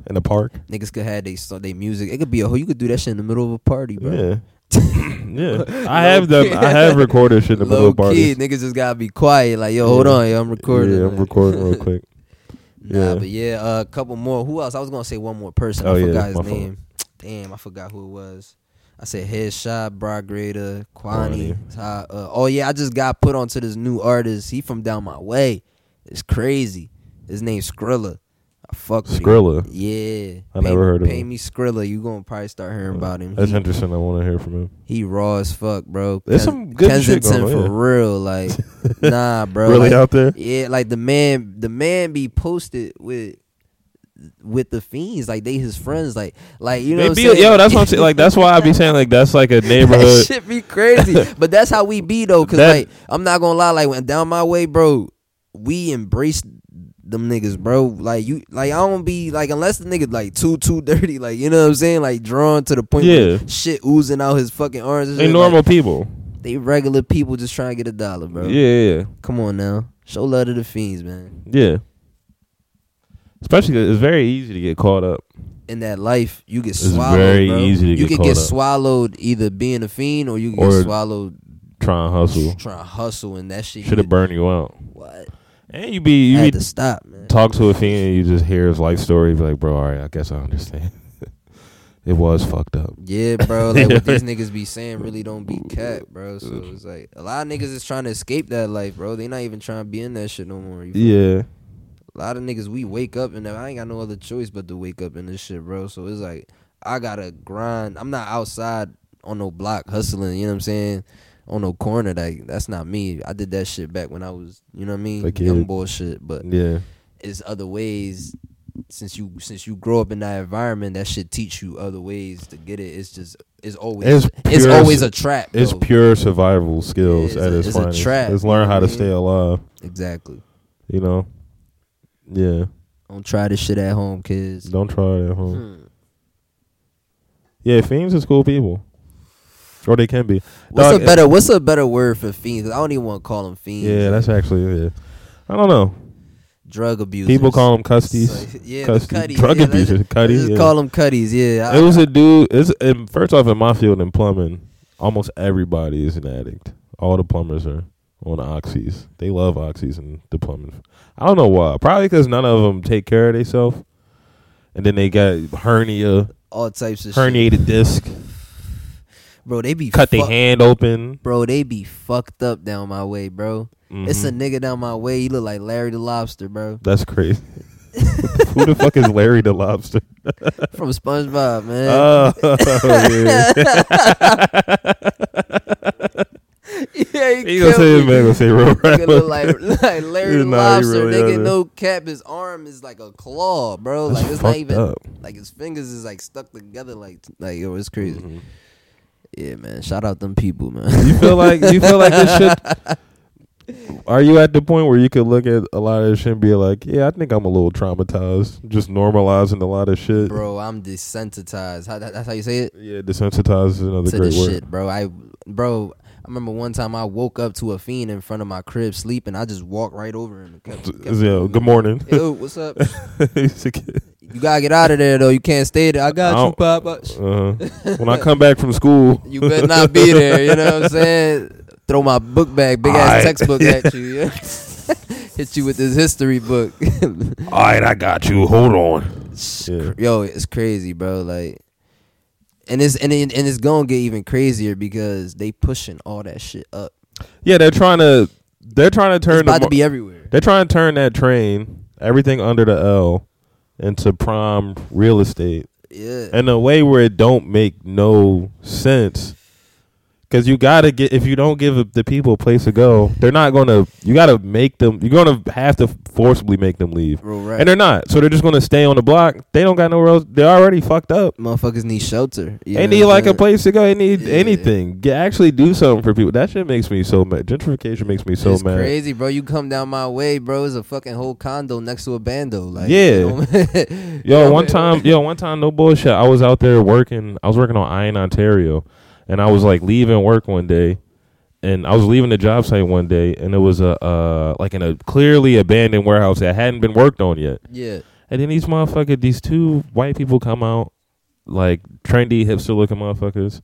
In the park.
niggas could have they so- they music. It could be a whole. You could do that shit in the middle of a party, bro.
Yeah. yeah. I have done I have recorded shit in the middle
Low
of parties.
key, niggas just gotta be quiet. Like, yo, hold
Yeah.
on, yo, I'm recording.
Yeah, I'm
Like,
recording real quick.
Nah,
Yeah.
but yeah, a couple more. Who else? I was gonna say one more person.
Oh,
I
yeah,
forgot his
my fault.
name. damn, I forgot who it was. I said Headshot, Brock Grader,
Kwani.
Kwani. Ty- uh, oh yeah, I just got put onto this new artist. He from down my way. It's crazy. His name's Skrilla. I fuck with him.
Skrilla.
Yeah.
I never heard of
Pay
him.
me Skrilla. You gonna probably start hearing about him.
That's
He-
interesting. I want to hear from him.
he raw as fuck, bro.
There's
Ken-
some good shit
Kensington
going on,
for real, like nah, bro.
really
like,
out there?
Yeah, like the man, the man be posted with with the fiends, like they his friends, like like you know.
They
what I'm
be-
saying?
yo, that's what I'm saying. Like that's why I be saying like that's like a
that
neighborhood.
shit be crazy, but that's how we be though. Cause
That-
like I'm not gonna lie, like when down my way, bro, we embrace them niggas, bro. Like you, like I don't be like unless the nigga like too too dirty, like you know what I'm saying, like drawn to the point,
Yeah.
where shit oozing out his fucking arms. and
They
shit,
normal people.
like, they regular people just trying to get a dollar, bro.
Yeah, yeah,
Come on now, show love to the fiends, man.
yeah. Especially 'cause it's very easy to get caught up.
in that life, you get
It's
swallowed.
very
bro.
easy to get
you can
caught
get
up.
swallowed either being a fiend or you can
Or
get swallowed
Trying to hustle
trying to hustle and that shit. you
should have
get-
burned you out.
What?
And you be
You
you
had
be
to stop, man.
talk to a fiend and you just hear his life story. Be like, bro, all right, I guess I understand. it was fucked up.
Yeah, bro. Like what these niggas be saying really don't be cat, bro. So it's like a lot of niggas is trying to escape that life, bro. They not even trying to be in that shit no more. You feel me?
Yeah,
A lot of niggas we wake up and I ain't got no other choice but to wake up in this shit, bro. So it's like I gotta grind. I'm not outside on no block hustling, you know what I'm saying? On no corner, like that's not me. I did that shit back when I was, you know what I mean,
Like, yeah.
young bullshit. But
yeah.
it's other ways. Since you since you grow up in that environment, that shit teach you other ways to get it. It's just it's always
It's
it's,
pure-
always a trap.
It's
though.
pure survival skills
Yeah, it's
at
a-
its,
it's a
finest.
trap,
It's
you
learn
know
how
what
to
I mean?
stay alive.
exactly.
You know. Yeah.
Don't try this shit at home, kids.
Don't try it at home.
Hmm.
Yeah, fiends is cool people, or they can be.
What's
Dog,
a better What's a better word for fiends? I don't even want to call them fiends.
Yeah, that's actually. Yeah. I don't know.
drug abusers.
People call them custies.
It's like- yeah,
custies.
the cutties.
Drug
yeah,
abusers,
Let's,
cutty,
let's
yeah.
just call them cutties. Yeah, I-
it was a dude. It's and first off in my field in plumbing, almost everybody is an addict. All the plumbers are on oxys. They love oxys and the plumbing. I don't know why. Probably because none of them take care of themselves, and then they got hernia,
all types of shit.
herniated disc,
Bro, they be
cut their
fuck-
hand open.
Bro, they be fucked up down my way, bro. It's a
Mhm.
nigga down my way. He look like Larry the Lobster, bro,
That's crazy. Who the fuck is Larry the Lobster?
from SpongeBob, man.
Oh, yeah.
yeah, he,
He gonna
killed
say his
me.
man gonna say real
Nigga
rap.
look like, like Larry the
Nah, he
Lobster.
really
nigga,
are, man.
no cap. His arm is like a claw, bro.
That's
like it's not
fucked
even
up.
like his fingers is like stuck together. Like like it was crazy.
Mhm.
Yeah, man. Shout out them people, man.
You feel like you feel like this shit. Are you at the point where you could look at a lot of this shit and be like, "Yeah, I think I'm a little traumatized," just normalizing a lot of shit.
bro. I'm desensitized. How, that, that's how you say it
Yeah, desensitized is another
to
great
the
word.
shit, bro. I, bro. I remember one time I woke up to a fiend in front of my crib sleeping. I just walked right over him. And kept,
Z-
kept
yeah, good morning.
Yo, what's up?
He's a kid.
You gotta get out of there though. You can't stay there. I got
I
you,
don't-
Pop.
uh, when I come back from school,
You better not be there. You know what I'm saying? Throw my book bag, big ass
Aight.
textbook at you. Yeah. Hit you with this history book.
all right, I got you. Hold on.
It's
Yeah.
cr- Yo, it's crazy, bro. Like, and it's and it, and it's gonna get even crazier because they pushing all that shit up.
Yeah, they're trying to they're trying to
It's
turn the
about
mar-
to be everywhere.
They're trying to turn that train, everything under the L, into prime real estate
Yeah,
in a way where it don't make no sense. Cause you gotta get if you don't give the people a place to go, they're not gonna. You gotta make them. You're gonna have to forcibly make them leave,
bro. Right.
and they're not. So they're just gonna stay on the block. They don't got nowhere else. They're already fucked up.
Motherfuckers need shelter. you
They
know
need
what I'm
like a
saying?
place to go. They need
Yeah.
anything. Get, actually do something for people. That shit makes me so mad. Gentrification makes me so
it's
mad.
crazy, bro. You come down my way, bro. It's a fucking whole condo next to a bando. Like,
Yeah.
you know-
Yo, one time, yo, one time, no bullshit. I was out there working. I was working on Iron Ontario, and I was like leaving work one day, and I was leaving the job site one day, and it was a uh like in a clearly abandoned warehouse that hadn't been worked on yet.
yeah,
And then these motherfucker, these two white people come out, like trendy hipster looking motherfuckers.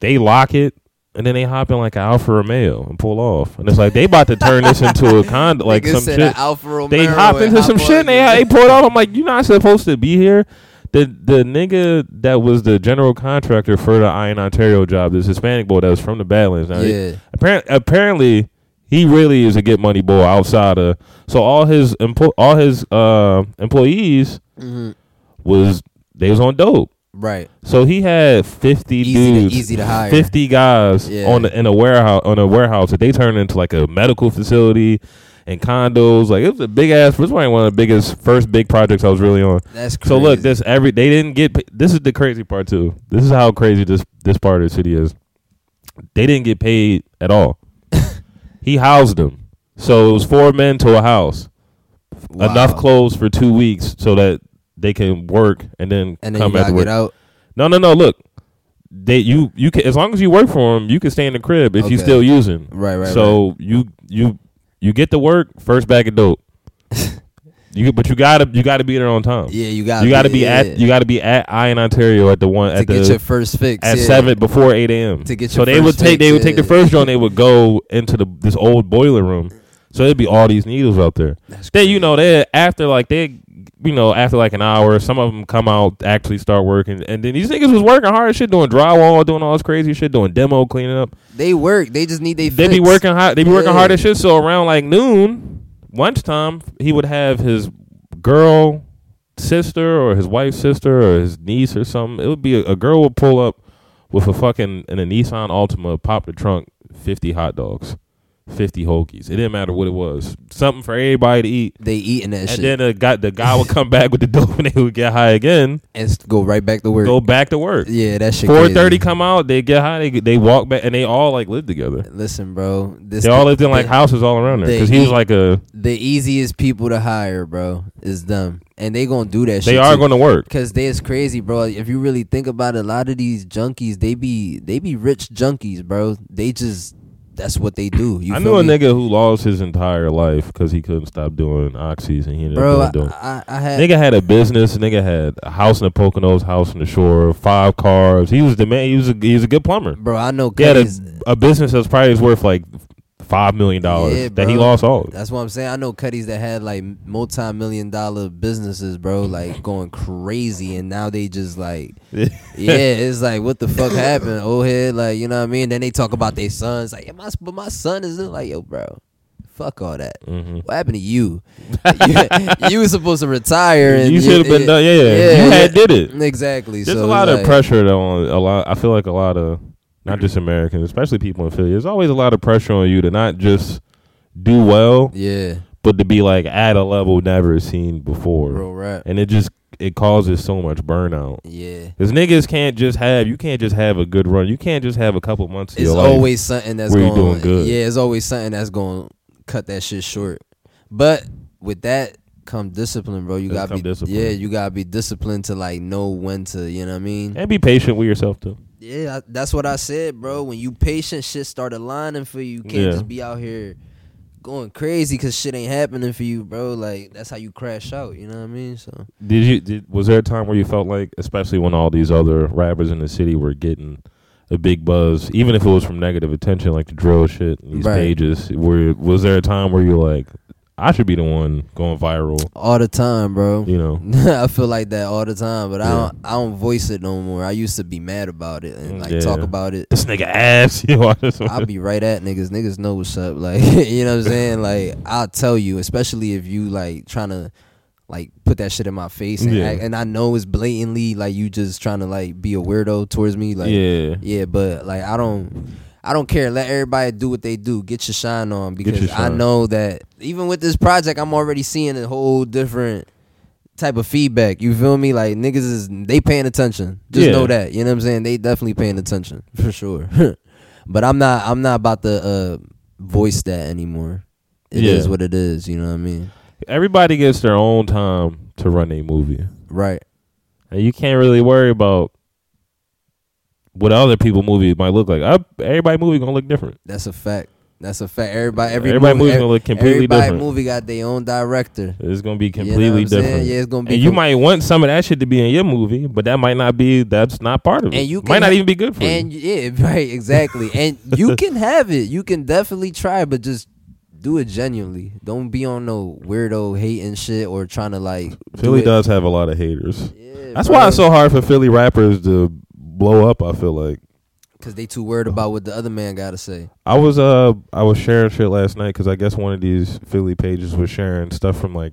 They lock it, and then they hop in like an Alfa Romeo and pull off. And it's like they about to turn this into a condo, like
Niggas
some
said
shit.
a Alfa Romero
They hop
and
into some
hop
shit and
on
they, they
it.
pulled off. I'm like, you're not supposed to be here. The the nigga that was the general contractor for the Iron Ontario job, this Hispanic boy that was from the Badlands. Now,
Yeah.
apparently, apparently, he really is a get money boy outside of. So all his empo- all his uh, employees
hmm
was they was on dope.
Right.
So he had fifty
Easy
dudes,
to easy to hire.
fifty guys
Yeah.
on the, in a warehouse on a warehouse that they turned into like a medical facility and condos. Like it was a big ass. It was probably one of the biggest first big projects I was really on.
That's crazy.
So look, this every they didn't get. pa- This is the crazy part too. This is how crazy this this part of the city is. They didn't get paid at all. he housed them, so it was four men to a house.
Wow.
Enough clothes for two weeks so that they can work and then
and then
come
you
back to
gotta
work.
get out.
No, no, no. Look, they you you can as long as you work for them, you can stay in the crib if
Okay.
you still using.
Right. Right. right.
so you you you get to work first bag of dope. you but you gotta you gotta be there on time.
yeah, you got
You got to be at you got to be at Iron Ontario at the one
to
at
get your
the
first fix
at
yeah.
seven before eight a.m.
To get
so
your
they would
first
take they would take the
fix,
first joint. They would go into the this old boiler room. So it'd be all these needles out there.
That's
Then you
crazy.
know they after like they you know after like an hour, some of them come out actually start working, and then these niggas was working hard as shit doing drywall, doing all this crazy shit, doing demo cleaning up.
they work. They just need they.
They be working hard. They be working
Yeah.
hard as shit. So around like noon, lunchtime, he would have his girl, sister, or his wife's sister, or his niece, or something. It would be a, a girl would pull up with a fucking in a Nissan Altima, pop the trunk, fifty hot dogs, fifty hoagies. It didn't matter what it was, something for everybody to eat.
They eating that shit
And then the guy, the guy would come back with the dope, and they would get high again.
and s- go right back to work.
Go back to work.
yeah, that shit.
Four
crazy.
thirty, come out. They get high. They they walk back, and they all like live together.
Listen, bro. This
They all lived in like
the-
houses all around there
they
because he was
eat-
like a.
the easiest people to hire, bro, is them, and they gonna do that. shit
They are
too.
going to work.
Cause they is crazy, bro. If you really think about it, a lot of these junkies, they be they be rich junkies, bro. They just that's what they do. You
I
feel
knew a
me?
nigga who lost his entire life because he couldn't stop doing oxys and he ended
bro.
up doing. dope.
I, I, I had
Nigga had a business. Nigga had a house in the Poconos, house in the shore, five cars. He was the man. He was a, he was a good plumber.
bro. I know.
He had a,
Cuddy's,
a business that's probably worth like five million dollars
Yeah,
that he
bro.
lost all.
that's what I'm saying. I know cuddies that had like multi million dollar businesses, bro, like going crazy, and now they just like yeah, it's like what the fuck happened, old head. Like you know what I mean? Then they talk about their sons, like yeah, my s- but my son is like yo, bro, fuck all that.
hmm
What happened to you? you, you were supposed to retire. And
You should have been
it-
done. Yeah, yeah. you had did it.
Exactly.
There's
so
a lot
it's
of
like-
pressure though. On a lot, I feel like a lot of not just Americans, especially people in Philly. There's always a lot of pressure on you to not just do well,
Yeah,
but to be like at a level never seen before,
real rap.
and it just it causes so much burnout.
Yeah,
Cause niggas can't just have you can't just have a good run. You can't just have a couple months. Of
it's
your life.
always something that's
where you
going.
doing good.
Yeah, it's always something that's going to cut that shit short. But with that come discipline, bro. You
Does
got to
come
be
discipline.
yeah. You got to be disciplined to like know when to. You know what I mean?
and be patient with yourself too.
Yeah, I, that's what I said, bro. When you patient, shit start aligning for you. You can't
Yeah.
just be out here going crazy because shit ain't happening for you, bro. Like that's how you crash out. You know what I mean? So
Did you did, was there a time where you felt like, especially when all these other rappers in the city were getting a big buzz, even if it was from negative attention, like the drill shit, and these
Right.
pages? Were was there a time where you were like, I should be the one going viral?
all the time, bro.
You know,
I feel like that all the time, but I
Yeah.
don't. I don't voice it no more. I used to be mad about it and like
Yeah.
talk about it.
this nigga ass. You know, I just
I'll be right at niggas. Niggas know what's up. Like you know what I'm saying. Like I'll tell you, especially if you like trying to like put that shit in my face, and,
Yeah.
act, and I know it's blatantly like you just trying to like be a weirdo towards me. Like
yeah.
Yeah, but like I don't I don't care. Let everybody do what they do. Get your shine
your
on because I
shine.
know that even with this project I'm already seeing a whole different type of feedback. You feel me? Like niggas is they paying attention. Just
Yeah.
know that. You know what I'm saying? They definitely paying attention for sure. but I'm not I'm not about to uh voice that anymore. It is
Yeah.
what it is, you know what I mean?
Everybody gets their own time to run a movie,
Right.
and you can't really worry about what other people movie might look like. I, everybody movie gonna look different.
That's a fact. That's a fact. Everybody every
everybody
movie,
movie gonna look completely
everybody
different.
movie got their own director.
It's gonna be
You know
completely
what I'm saying?
different.
Yeah, it's gonna be
And you
com-
might want some of that shit to be in your movie, but that might not be. That's not part of it.
And you
might
can-
not even be good for
And yeah, right, exactly. and you can have it. You can definitely try, but just do it genuinely. Don't be on no weirdo hating shit or trying to like. do
Philly
it-
does have a lot of haters.
Yeah,
That's why it's
bro.
so hard for Philly rappers to blow up. I feel like
Cause they too worried about what the other man got to say.
I was uh I was sharing shit last night because I guess one of these Philly pages was sharing stuff from like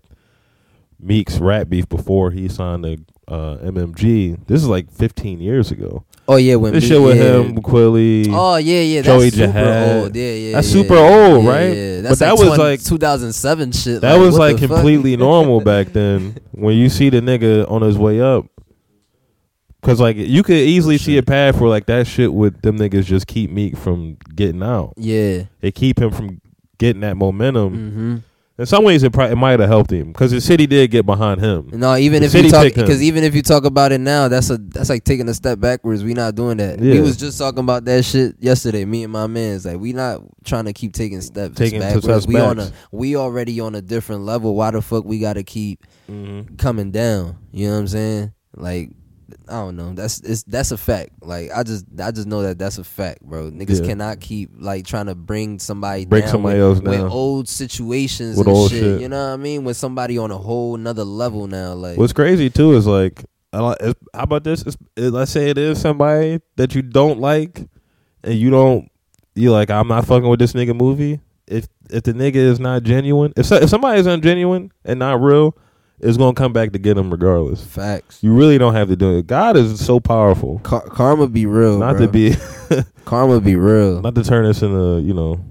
Meek's rap beef before he signed to uh, MMG. This is like 15 years ago.
Oh yeah, when
this
me-
shit with
yeah.
him, Quilly.
Oh yeah, yeah.
Joey
that's super
Jihad.
old. Yeah, yeah.
That's
yeah,
super
yeah,
old,
yeah,
right?
Yeah.
But that was, like-
2007 shit.
that was
what
like
the fuck?
completely normal back then. When you see the nigga on his way up, because like you could easily see a path where like that shit would them niggas just keep Meek from getting out.
Yeah.
They keep him from getting that momentum.
Mm-hmm.
In some ways, it, probably, it might have helped him because the city did get behind him.
No, even
The
if you
city
talk,
picked him.
because even if you talk about it now, that's a that's like taking a step backwards. We not doing that. We
Yeah.
was just talking about that shit yesterday. Me and my man's like we not trying to keep taking steps
Taking
backwards.
steps
we on a
backs.
we already on a different level. Why the fuck we got to keep coming down? You know what I'm saying? Like I don't know. That's it's that's a fact. Like I just I just know that that's a fact, bro. Niggas
Yeah.
cannot keep like trying to bring somebody
Break
down
somebody
with,
else
with
down.
old situations
With
and
old
shit,
shit.
You know what I mean? With somebody on a whole nother level now, like.
What's crazy too is like, I li- if- how about this? It's- it- Let's say it is somebody that you don't like, and you don't, you like, I'm not fucking with this nigga movie. If if the nigga is not genuine, if so, if somebody is ungenuine and not real, it's gonna come back to get him regardless.
Facts.
You really don't have to do it. God is so powerful.
Car- karma be real.
Not
Oh, bro.
to be,
Karma be real.
not to turn this into you know,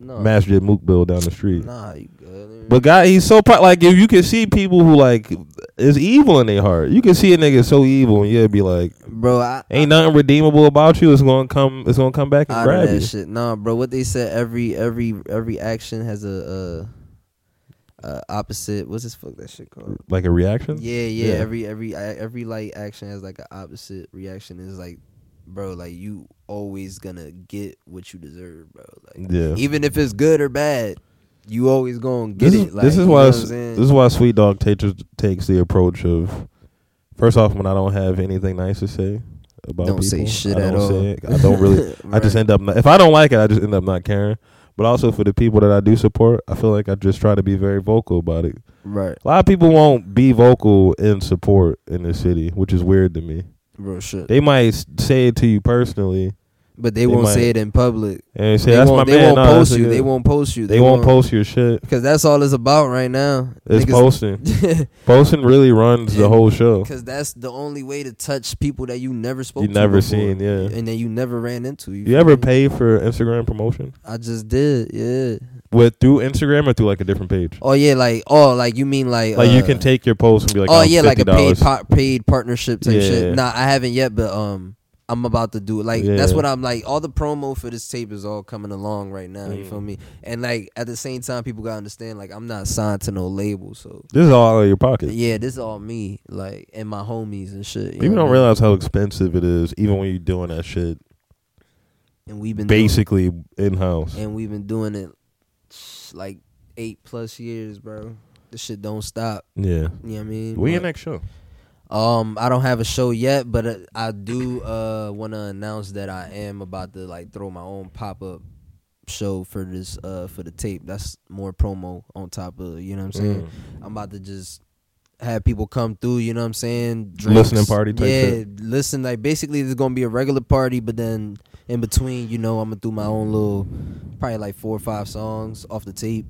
No.
Masjid Mook bill down the street.
Nah, you good.
But God, he's so pro- like if you can see people who like is evil in their heart, you can see a nigga so evil, and you'll be like,
bro, I.
ain't nothing redeemable about you. It's gonna come. It's gonna come back and
Out of
grab
that
you.
shit, nah, bro. What they said, every every every action has a uh, uh opposite. What's this fuck that shit called?
Like a reaction.
Yeah, yeah.
Yeah.
Every every every like action has like an opposite reaction. It's like, bro, like you always gonna get what you deserve, bro. Like
Yeah.
even if it's good or bad, you always gonna get
This
it.
is,
like,
this is
you
why
know
s-
what I'm saying?
this is why Sweet Dog takes takes the approach of first off when I don't have anything nice to say about
Don't say
people,
shit
I
at
don't
all.
say it. I don't really. I just
Right.
end up not, if I don't like it, I just end up not caring. But also for the people that I do support, I feel like I just try to be very vocal about it.
right,
A lot of people won't be vocal in support in the city, which is weird to me.
real shit.
They might s- say it to you personally
But they,
They
won't
might-
say it in public.
and say,
they
"That's
won't,
my
they
man."
won't
Nah, that's
post
a
you.
good-
They won't post you.
They won't post your shit.
because that's all it's about right now.
It's posting. Posting really runs the
And-
whole show.
because that's the only way to touch people that you never spoke.
You
to
never
before,
seen, yeah.
and then you never ran into. You,
You
feel
ever
me?
pay for Instagram promotion
I just did, yeah.
with through Instagram or through like a different page?
Oh yeah, like oh like you mean like
Like you
uh,
can take your post and be like,
oh
"I'm
yeah, like a paid
$50."
par- paid partnership type
Yeah,
shit.
yeah.
Nah, I haven't yet, but um, I'm about to do it. Like that's
Yeah.
what I'm like. All the promo for this tape is all coming along right now. You
Mm.
feel me? And like at the same time, people gotta understand like I'm not signed to no label, so
This is all out of your pocket.
yeah, this is all me, like and my homies and shit. you
People
know
don't
what I mean?
realize how expensive it is, even when you're doing that shit
Mm-hmm. And we've been doing,
basically in house.
and we've been doing it like eight plus years, bro. This shit don't stop.
Yeah,
You know what I mean?
we
Like-
in next show.
Um, I don't have a show yet, but uh, I do uh want to announce that I am about to like throw my own pop up show for this uh for the tape. That's more promo on top of you know what I'm saying.
Mm.
I'm about to just have people come through. You know what I'm saying?
Listening party type
yeah,
shit.
listen. Like basically, there's gonna be a regular party, but then in between, you know, I'm gonna do my own little probably like four or five songs off the tape,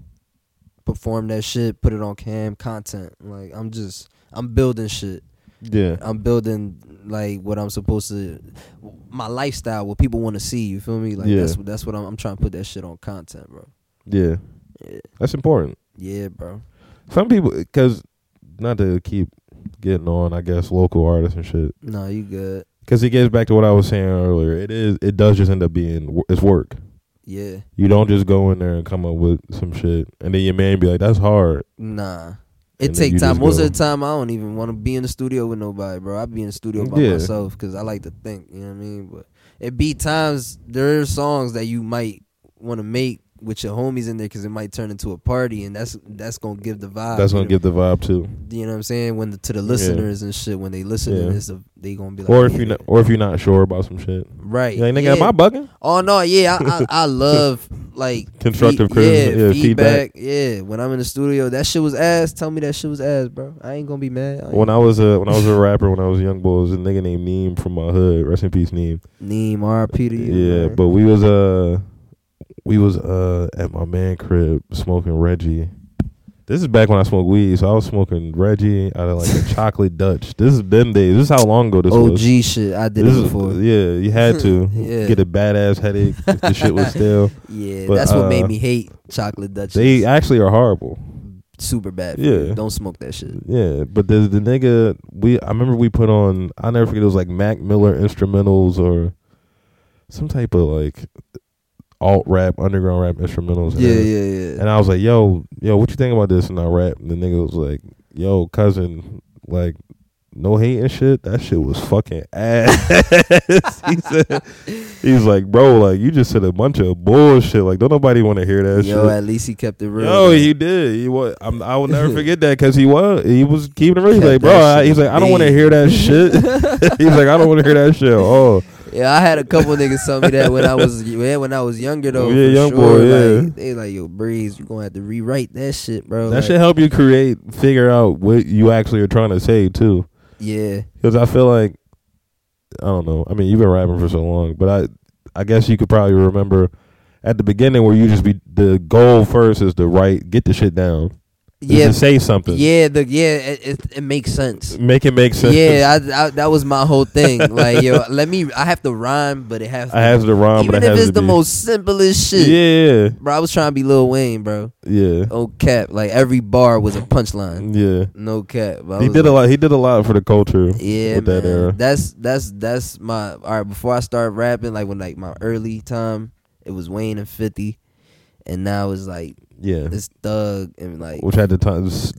perform that shit, put it on cam content. Like I'm just I'm building shit.
Yeah,
I'm building like what I'm supposed to, my lifestyle, what people want to see. You feel me? Like
Yeah.
that's that's what I'm, I'm trying to put that shit on content, bro.
yeah,
Yeah.
that's important.
Yeah, bro.
Some people, because not to keep getting on, I guess local artists and shit.
No, you good.
Because it gets back to what I was saying earlier. It is, it does just end up being wo- it's work.
Yeah,
You don't just go in there and come up with some shit, and then your man be like, "That's hard."
nah. It
And then
take
you
time.
just
Most
go.
of the time, I don't even want to be in the studio with nobody, bro. I be in the studio by
Yeah.
myself because I like to think. You know what I mean? But it be times there are songs that you might want to make with your homies in there because it might turn into a party, and that's that's gonna give the vibe.
That's
you
gonna
know?
give the vibe too.
you know what I'm saying when the, to the listeners and shit when they listen
Yeah.
to this they gonna be like
Or if
yeah.
you, or if you're not sure about some shit,
right
you're like, "Nigga,
yeah.
am I bugging?"
oh no yeah I, I, I love like fe-
Constructive criticism, yeah, feedback.
Yeah, when I'm in the studio, that shit was ass. Tell me that shit was ass, bro. I ain't gonna be mad. I ain't-
When I was a when I was a rapper, when I was a young boy, it was a nigga named Neem from my hood. Rest in peace, Neem.
Neem, RP to you.
Yeah,
bro.
but we was uh we was uh at my man crib smoking Reggie. This is back when I smoked weed, so I was smoking Reggie out of like a chocolate Dutch. This is them days. This is how long ago this
OG
was.
shit. I did
This is-
it before.
yeah, you had to
Yeah.
get a badass headache. if the shit was stale.
Yeah,
But,
that's what
uh,
made me hate chocolate Dutch.
They actually are horrible.
super bad. For
Yeah.
you. don't smoke that shit.
Yeah, but the the nigga we I remember we put on I never forget it was like Mac Miller instrumentals or some type of like alt rap underground rap instrumentals.
Yeah,
And-
yeah, yeah.
And I was like, yo, yo, what you think about this? And I rap. And the nigga was like, yo, cousin, like, no hate and shit. That shit was fucking ass. he said, he's like, bro, like, you just said a bunch of bullshit. Like, don't nobody want to hear that
Yo,
shit.
at least he kept it real.
Yo,
bro.
he did. He was. I'm, I will never forget that because he was. He was keeping it real. He's
Kept
like, bro,
that
I,
shit
he's like, I don't want to
mean.
hear that shit. he's like, I don't want to hear that shit. Oh,
Yeah, I had a couple niggas tell me that when I was yeah, when I was younger though.
Oh, Yeah,
for
young
sure.
boy, yeah.
Like, they like yo, Breeze, you gonna have to rewrite that shit, bro.
that
Like,
should help you create, figure out what you actually are trying to say too.
Yeah,
Because I feel like I don't know. I mean, you've been rapping for so long, but I I guess you could probably remember at the beginning where you just be the goal first is to write, get the shit down, is
yeah,
to say something,
yeah. The yeah, it, it, it makes sense.
make it make sense.
Yeah, I, I, that was my whole thing. Like yo, let me. I have to rhyme, but it has. To,
I has to rhyme,
even
but it
if
has
it's
to
the
be.
most simplest shit.
yeah,
Bro, I was trying to be Lil Wayne, bro.
yeah,
Oh cap, like every bar was a punchline.
yeah.
No cap. But Oh, I
He
was
did a
like-
lot. He did a lot for the culture.
Yeah,
with
man.
that uh, era.
That's that's that's my all right. Before I started rapping, like when like my early time, it was Wayne and Fifty, and now it's like
Yeah,
this Thug and like
which at the time, was,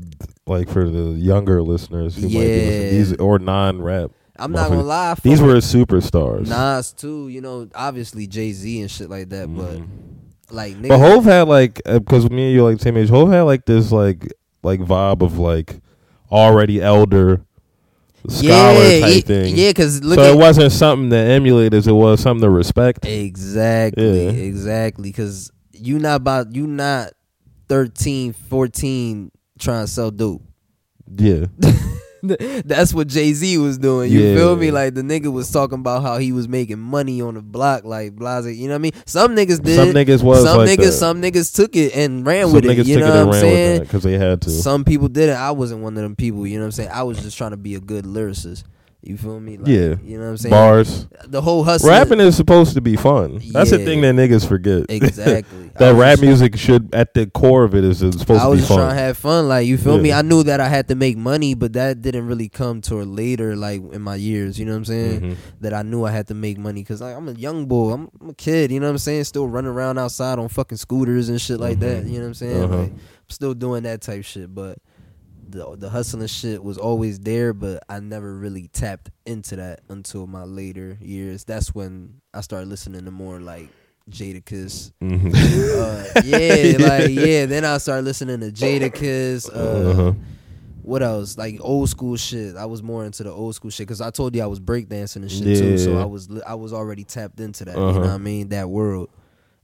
like for the younger listeners who might be listening,
Yeah.
these or non-rap,
I'm not gonna
motherfucker-
lie, I
these
fuck
were
with
superstars.
Nas too. You know, obviously Jay Z and shit like that,
Mhm.
but like nigga,
But Hove had like because me and you are like the same age. Hove had like this like like vibe of like already elder scholar
yeah,
type
yeah,
thing.
yeah, because look
so
at
it wasn't something to emulate as it was something to respect.
Exactly,
Yeah.
exactly. Because you not about you not 13, 14 trying to sell dope.
Yeah,
That's what Jay Z was doing. You
Yeah.
feel me? Like the nigga was talking about how he was making money on the block, like blase. You know what I mean? Some niggas did.
some niggas was
some
like
niggas,
that.
some niggas took it and ran
Some
with
niggas
it. You
took
know
it
what
and
I'm
ran with
saying?
that because they had to.
Some people did it. I wasn't one of them people. You know what I'm saying? I was just trying to be a good lyricist. You feel me? Like,
Yeah.
You know what I'm saying?
Bars
The whole hustle.
rapping is supposed to be fun. That's the
Yeah.
thing that niggas forget.
Exactly. I
that
was
rap
just-
music should at the core of it is it's supposed
I
to be
was just
fun.
trying to have fun, like you feel me.
Yeah.
I knew that I had to make money, but that didn't really come till later, like in my years. You know what I'm saying?
Mhm.
That I knew I had to make money because like, I'm a young boy, I'm, I'm a kid. You know what I'm saying? Still running around outside on fucking scooters and shit like that.
Mhm.
You know what I'm saying?
Uh-huh.
Like, I'm still doing that type shit, but the the hustling shit was always there, but I never really tapped into that until my later years. That's when I started listening to more like Jadakiss,
Mhm.
uh, yeah, like yeah. Then I started listening to Jadakiss. Uh,
Uh-huh.
What else? Like old school shit. I was more into the old school shit because I told you I was breakdancing and shit too. So
Yeah.
I was li- I was already tapped into that. You
Uh-huh.
know what I mean? That world.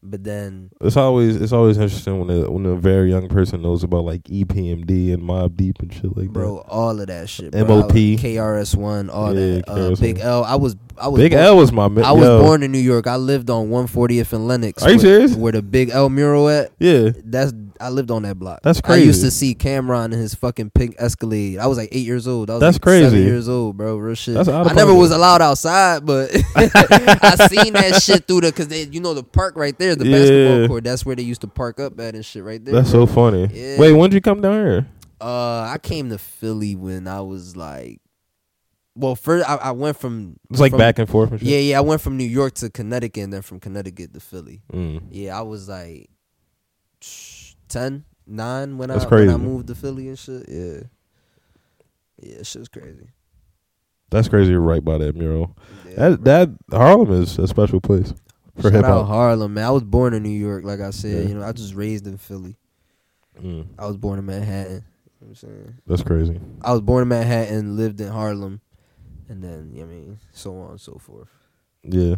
But then
It's always it's always interesting when a when a very young person knows about like E EPMD and Mob Deep and shit like
bro, all of that shit. Bro.
MOP.
I- KRS1, all
Yeah,
that. Uh,
KRS-One.
Big L. I was I
that.
was
Big
born,
L was my man.
I was born in New York. I lived on 140th and Lenox.
Are you
where-
serious?
Where the Big L mural at?
Yeah,
That's I lived on that block.
That's
I used
crazy.
to see Cameron in his fucking pink Escalade. I was like eight years old. I was
That's
like seven
crazy.
years old, bro. Real shit.
That's out of
I never
pocket.
was allowed outside, but I seen that shit through the because they you know the park right there, the
Yeah.
basketball court. That's where they used to park up at and shit right there.
that's so funny.
Yeah.
Wait, when did you come down here?
uh, I came to Philly when I was like, well, first I, I went from
It's like
from-
back and forth. And shit.
Yeah, yeah. I went from New York to Connecticut and then from Connecticut to Philly.
Mm.
Yeah, I was like tsh, 10, 9 when
That's
I when I
crazy.
moved to Philly and shit. Yeah. Yeah, shit was crazy.
That's crazy. Right by that mural.
Yeah,
That that Harlem is a special place for
Shout
hip
out
hop.
Harlem, man. I was born in New York, like I said.
Yeah.
You know, I just raised in Philly.
Mm.
I was born in Manhattan. You know what I'm saying?
That's crazy.
I was born in Manhattan, lived in Harlem, and then you know what I mean, so on and so forth.
Yeah,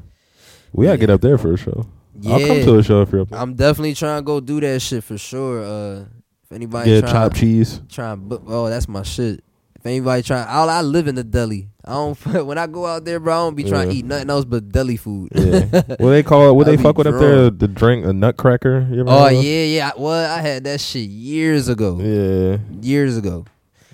we gotta
Yeah.
get up there for a show. I'll come to a show if you're up there.
I'm definitely trying to go do that shit for sure. Uh, if anybody
yeah,
trying,
chopped cheese.
trying to book, oh, that's my shit. If anybody trying, I, I live in the deli. I don't when I go out there, bro. I don't be trying to
Yeah.
eat nothing else but deli food.
Yeah. what they call it? What
I
they
be
fuck with up there? The drink, a nutcracker. You ever
oh
had one?
yeah, yeah. I- Well, I had that shit years ago.
Yeah.
Years ago.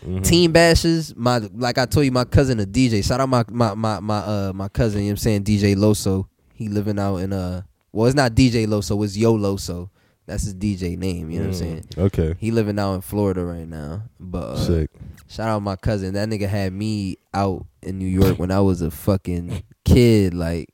Mhm.
Team bashes. My like I told you, my cousin a DJ. Shout out my my my my uh my cousin. You know what I'm saying DJ Loso. He living out in uh. Well, it's not DJ Loso. It's Yo Loso. That's his DJ name. You know what I'm
Mm.
saying.
Okay.
He living out in Florida right now. But uh,
Sick.
shout out my cousin. That nigga had me out in New York when I was a fucking kid. Like,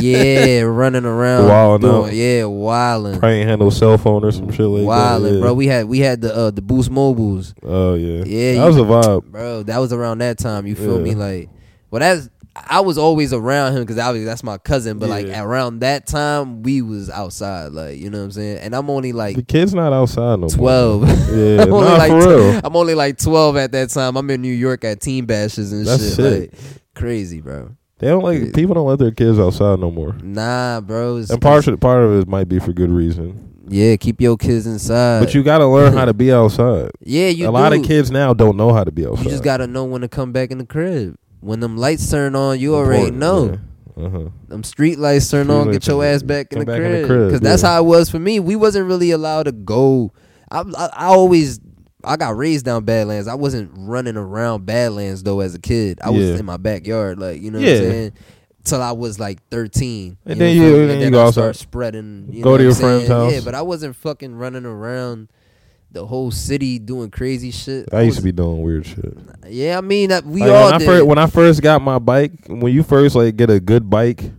yeah, running around,
Wilding out.
doing, yeah, wilding,
Probably ain't had no cell phone or some shit like
wilding,
that.
uh, bro. We had we had the uh, the Boost Mobiles,
Yeah. Oh yeah.
Yeah,
That
you-
was a vibe.
bro. That was around that time. You feel
Yeah.
me? Like, well, that's I was always around him because obviously that's my cousin. But like
Yeah.
around that time, we was outside. Like, you know what I'm saying? And I'm only like
The kid's not outside no
twelve.
more. Yeah.
I'm only
nah,
like
for real.
I'm only like 12 at that time. I'm in New York at team bashes and
That's
shit.
sick.
Like, crazy, bro.
They don't like people don't let their kids outside no more.
Nah, bro. it's-
And part of, part of it might be for good reason,
yeah, keep your kids inside.
but you got to learn how to be outside.
yeah, Uh, you
a lot
do.
of kids now don't know how to be outside.
You just gotta know when to come back in the crib. When them lights turn on, you already know.
Uh huh.
Them street lights turn
Street
on.
lights
Get your
turn-
ass back in
come
the
back in the
crib.
crib,
Because that's
yeah.
how it was for me. We wasn't really allowed to go. I, I, I always I got raised down Badlands. I wasn't running around Badlands though as a kid. I was
Yeah.
in my backyard, like you know what
Yeah.
I'm saying. Till I was like thirteen,
And
know
then
what I'm
you-
saying?
and then you go
I
outside.
start spreading. You
Go
know
to
what
your
I'm
friend's
saying? Yeah,
house.
but I wasn't fucking running around the whole city doing crazy shit.
I used to be doing weird shit.
be. Yeah, I mean that we
Like,
all
when I
did.
first when I first got my bike, when you first like get a good bike,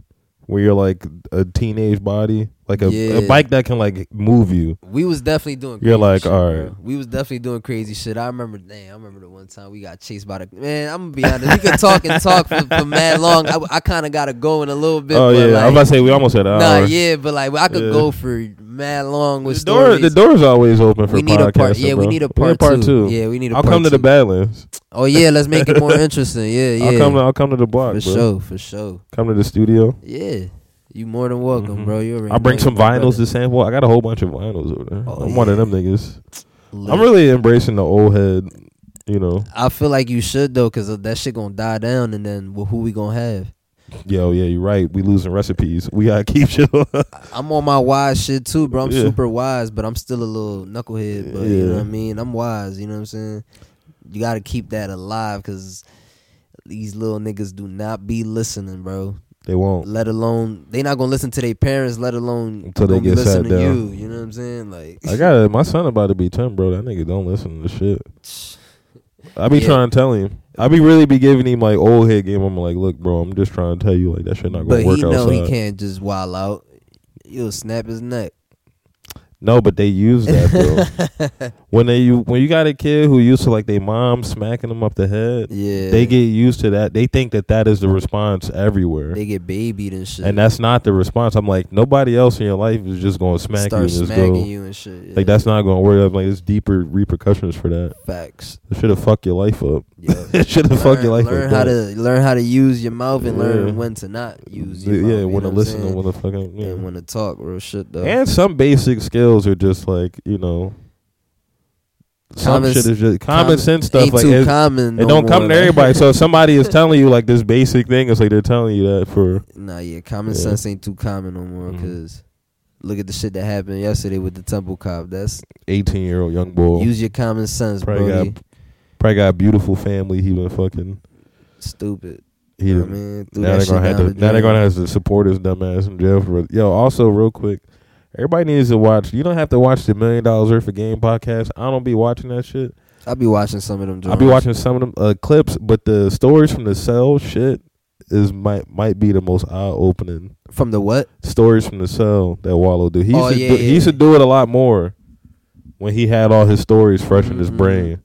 where you're like a teenage body, like a,
Yeah.
a bike that can like move you.
We was definitely doing.
You're
crazy
like,
shit,
all
bro.
right.
We was definitely doing crazy shit. I remember, damn, I remember the one time we got chased by the man. I'm gonna be honest, we could talk and talk for, for mad long. I, I kind of gotta go in a little bit.
oh
but
yeah, I was
like,
about to say we almost had an
nah,
hour.
yeah, but like I could
Yeah.
go for mad long with
the door
stories.
the door's always open for
we need a part.
podcasting,
Yeah, we
bro.
need a
We
part,
two.
Yeah, we need a
I'll
part
come to the
two.
Badlands.
Oh yeah, let's make it more interesting. Yeah, yeah.
I'll come. To, I'll come to the block,
for
bro.
sure, for sure.
Come to the studio.
Yeah, you more than welcome,
Mhm.
bro. You already.
I'll bring
know
some
you my
vinyls
brother.
to sample. I got a whole bunch of vinyls over there.
Oh,
I'm one of
yeah.
them niggas. I'm
Lit.
really embracing the old head, you know.
I feel like you should though, cause that shit gonna die down, and then well, who we gonna have?
Yo, yeah, you're right. We losing recipes. We gotta keep shit.
I'm on my wise shit too, bro. I'm
Yeah.
super wise, but I'm still a little knucklehead. But you
Yeah.
know what I mean. I'm wise. You know what I'm saying. You got to keep that alive because these little niggas do not be listening, bro.
they won't.
Let alone they not gonna listen to their parents. Let alone
Until they
gonna be
get sat
listening to you.
down.
You know what I'm saying? Like
I got it. My son about to be ten, bro. That nigga don't listen to shit. I be
Yeah.
trying to tell him. I be really be giving him like old head game. I'm like, look, bro. I'm just trying to tell you like that shit not gonna
but
work
he know
outside.
he can't just wild out. You'll snap his neck.
No, but they use that though. when they you when you got a kid who used to like their mom smacking them up the head,
Yeah,
they get used to that. They think that that is the response everywhere.
they get babied and shit.
and that's not the response. I'm like, nobody else in your life is just gonna smack
start
you and just
smacking
go.
you and shit. Yeah.
Like that's not gonna work. I'm like, there's deeper repercussions for that.
facts.
It should have fucked your life up.
Yeah.
it should have fucked your life
learn
up.
how
bad.
to learn how to use your mouth and
Yeah.
learn when to not use your mouth.
yeah,
you
when
know
to
what I'm
listen
saying?
and when to fucking
and
yeah.
when to talk real shit though.
And some basic skills are just like you know, some
Common
shit
s-
is just common,
Common-
sense stuff.
Ain't
Like
too
it,
common.
it
no
don't
more,
come to
like-
everybody. so if somebody is telling you like this basic thing. It's like they're telling you that for
Nah, yeah, common
Yeah.
sense ain't too common no more.
Mhm.
Cause look at the shit that happened yesterday with the temple cop. That's
18 year old young boy.
use your common sense,
Probably
bro.
got- Probably got a beautiful family. He been fucking.
Stupid.
He
You know
done
what I mean, Threw
Now
that
they're
shit
gonna have
down
to.
the
Now they're
drain.
gonna have to support his dumbass in jail for. Yo, also real quick, everybody needs to watch. You don't have to watch the Million Dollars Worth of Game podcast. I don't be watching that shit.
I be watching some of them.
I be
joints.
watching some of them uh, clips, but the stories from the cell shit is might might be the most eye opening
from the what?
stories from the cell that Wallow do. He
Oh,
used
yeah,
to do,
yeah,
he used to do it a lot more when he had all his stories fresh in his
Mhm.
brain.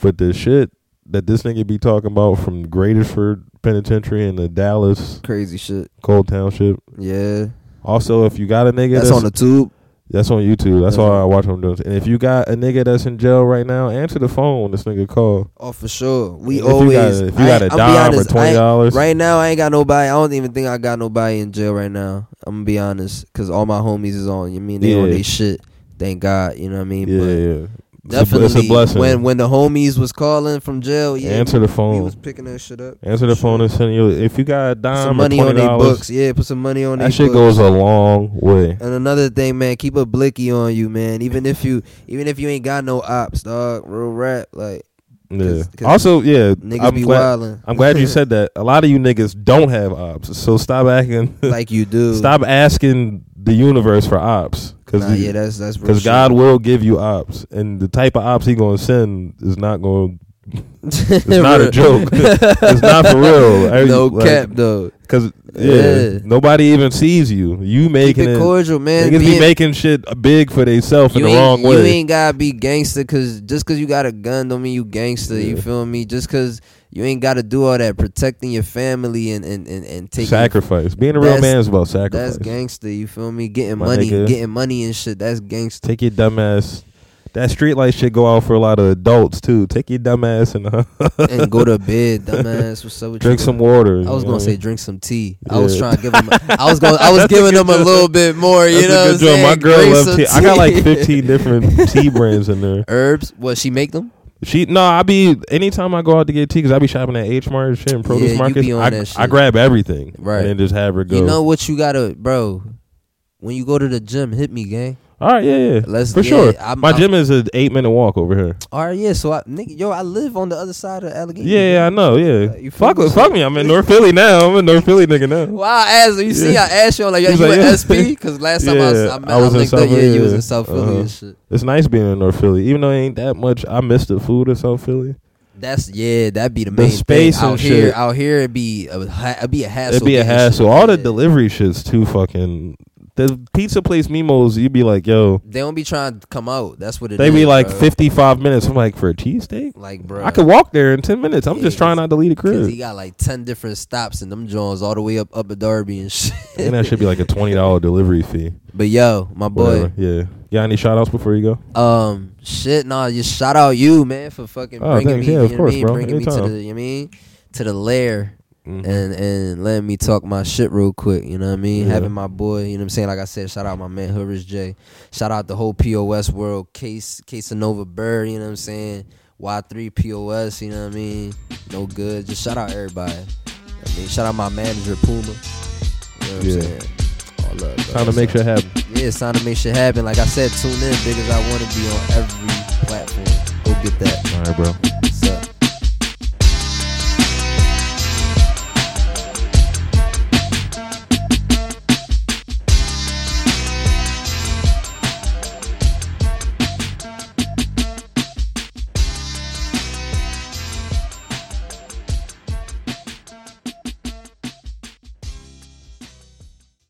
But the shit that this nigga be talking about from Greaterford Penitentiary and the Dallas
Crazy shit.
Cold Township.
Yeah,
Also, if you got a nigga
that's
that's,
on the tube.
That's on YouTube. That's
That's
all I watch him doing. And if you got a nigga that's in jail right now, answer the phone. This nigga call.
Oh, for sure. We
If you
always.
got a- if you
I
got a
ain't-
dime
I'll be
or
honest, I ain't-
$20.
Right now, I ain't got nobody. I don't even think I got nobody in jail right now. I'm gonna be honest, because all my homies is on. You mean they on
Yeah.
they shit? Thank God. You know what I mean?
Yeah,
But
yeah. It's a-
definitely.
it's a blessing.
When when the homies was calling from jail, yeah,
answer the
he
phone.
was picking that shit up.
Answer the phone and send you. If you got a
Put
dime
some
or
money
twenty
on their books.
dollars,
Yeah, put some money on their
that shit
books. Uh,
goes a long way.
And another thing, man, keep a blicky on you, man. Even if you, even if you ain't got no ops, dog, real rap, like
Yeah.
'Cause- 'cause
Also, yeah,
niggas
I'm
be
glad.
wildin'.
I'm glad you said that. A lot of you niggas don't have ops, so stop acting.
like you do.
stop asking the universe for ops, because
Nah, yeah, that's that's real
because
shit.
God will give you ops, and the type of ops He gonna send is not gonna.
it's
not a joke. It's not for real. I-
no
like,
cap though.
Because yeah,
Yeah.
nobody even sees you. You
Keep
making
it
it.
cordial, man.
niggas
Being-
be making shit big for themselves in
you
the
ain't-
wrong
You
way.
ain't gotta be gangster, cause just cause you got a gun don't mean you gangster. You
Yeah.
feel me? Just cause you ain't gotta do all that protecting your family and and and, and taking
sacrifice. Being a real
That's-
man is about
That's
sacrifice.
gangster. You feel me? Getting
My
money,
nigga.
getting money and shit. That's gangster.
Take your dumb ass. That streetlight shit go out for a lot of adults too. Take your dumb ass and
and go to bed, dumbass. What's up with
drink
you?
some water.
I was
you know
gonna
what
say
mean?
drink some tea. I was
Yeah.
trying to give him. I was going. I was
That's a
giving
good
him a
joke.
little bit more.
That's
You
a good
know, what I'm
joke.
saying?
My girl
Drink
loves
some
tea. I got like
tea.
15 different tea brands in there.
herbs. What she make them?
She no, I be anytime I go out to get tea because I be shopping at H Mart and shit and
Yeah,
produce
you
markets.
be on
I,
that shit.
I grab everything
Right.
and then just have her go.
You know what you gotta, bro. When you go to the gym, hit me, gang.
All right, yeah, yeah,
Let's
for
yeah,
sure.
I'm,
My
I'm-
gym is an eight minute walk over here.
All right, yeah. So I, nigga, yo, I live on the other side of Allegheny.
Yeah, yeah, I know. Yeah,
Uh, you feel
fuck,
me?
with- fuck me. I'm in North Philly now. I'm a North Philly nigga now.
Wow, I asked you. See,
Yeah.
I asked you. I'm like, yo,
He's
you
like,
an
yeah.
SP? Because last time I was,
Yeah,
I, met,
I was in
linked
South
up. Yeah, you was
Philly.
in South Philly
Uh-huh.
and shit.
It's nice being in North Philly, even though it ain't that much. I miss the food in South Philly.
That's yeah, that'd be the
The
main
space
thing.
and
out here.
shit.
Out here, it'd be a, ha- it'd be a hassle.
It'd be a
getting
hassle.
shit.
All the
Yeah.
delivery shits too fucking. The pizza place Mimos, you'd be like, yo,
They don't be trying to come out. That's what it is.
they be like
bro.
fifty five minutes. I'm like for a cheesesteak.
Like, bro,
I could walk there in ten minutes. I'm
Yeah,
just trying not to leave the
because he
crib.
got like ten different stops and them Jones all the way up up a Derby and shit.
And that should be like a twenty dollar delivery fee.
But yo, my boy,
Whatever. Yeah. Y'all any shout outs before you go?
um, shit, nah, just shout out you, man, for fucking
Oh,
bringing
thanks.
me,
Yeah,
you
of
know what I
course,
mean,
bro.
bringing me to
Anytime.
the, you know what I mean, to the lair. and and letting me talk my shit real quick. You know what I mean?
Yeah.
Having my boy, you know what I'm saying? Like I said, shout out my man Horace J. Shout out the whole POS world, Case Casanova Bird, you know what I'm saying? Y3 POS, you know what I mean? No good. Just shout out everybody. I mean, shout out my manager Puma. You know what
Yeah.
I'm saying? All love, bro.
Time to make shit happen.
Yeah, it's time to make shit happen. Like I said, tune in, big as I wanna be on every platform. Go get that.
All right, bro.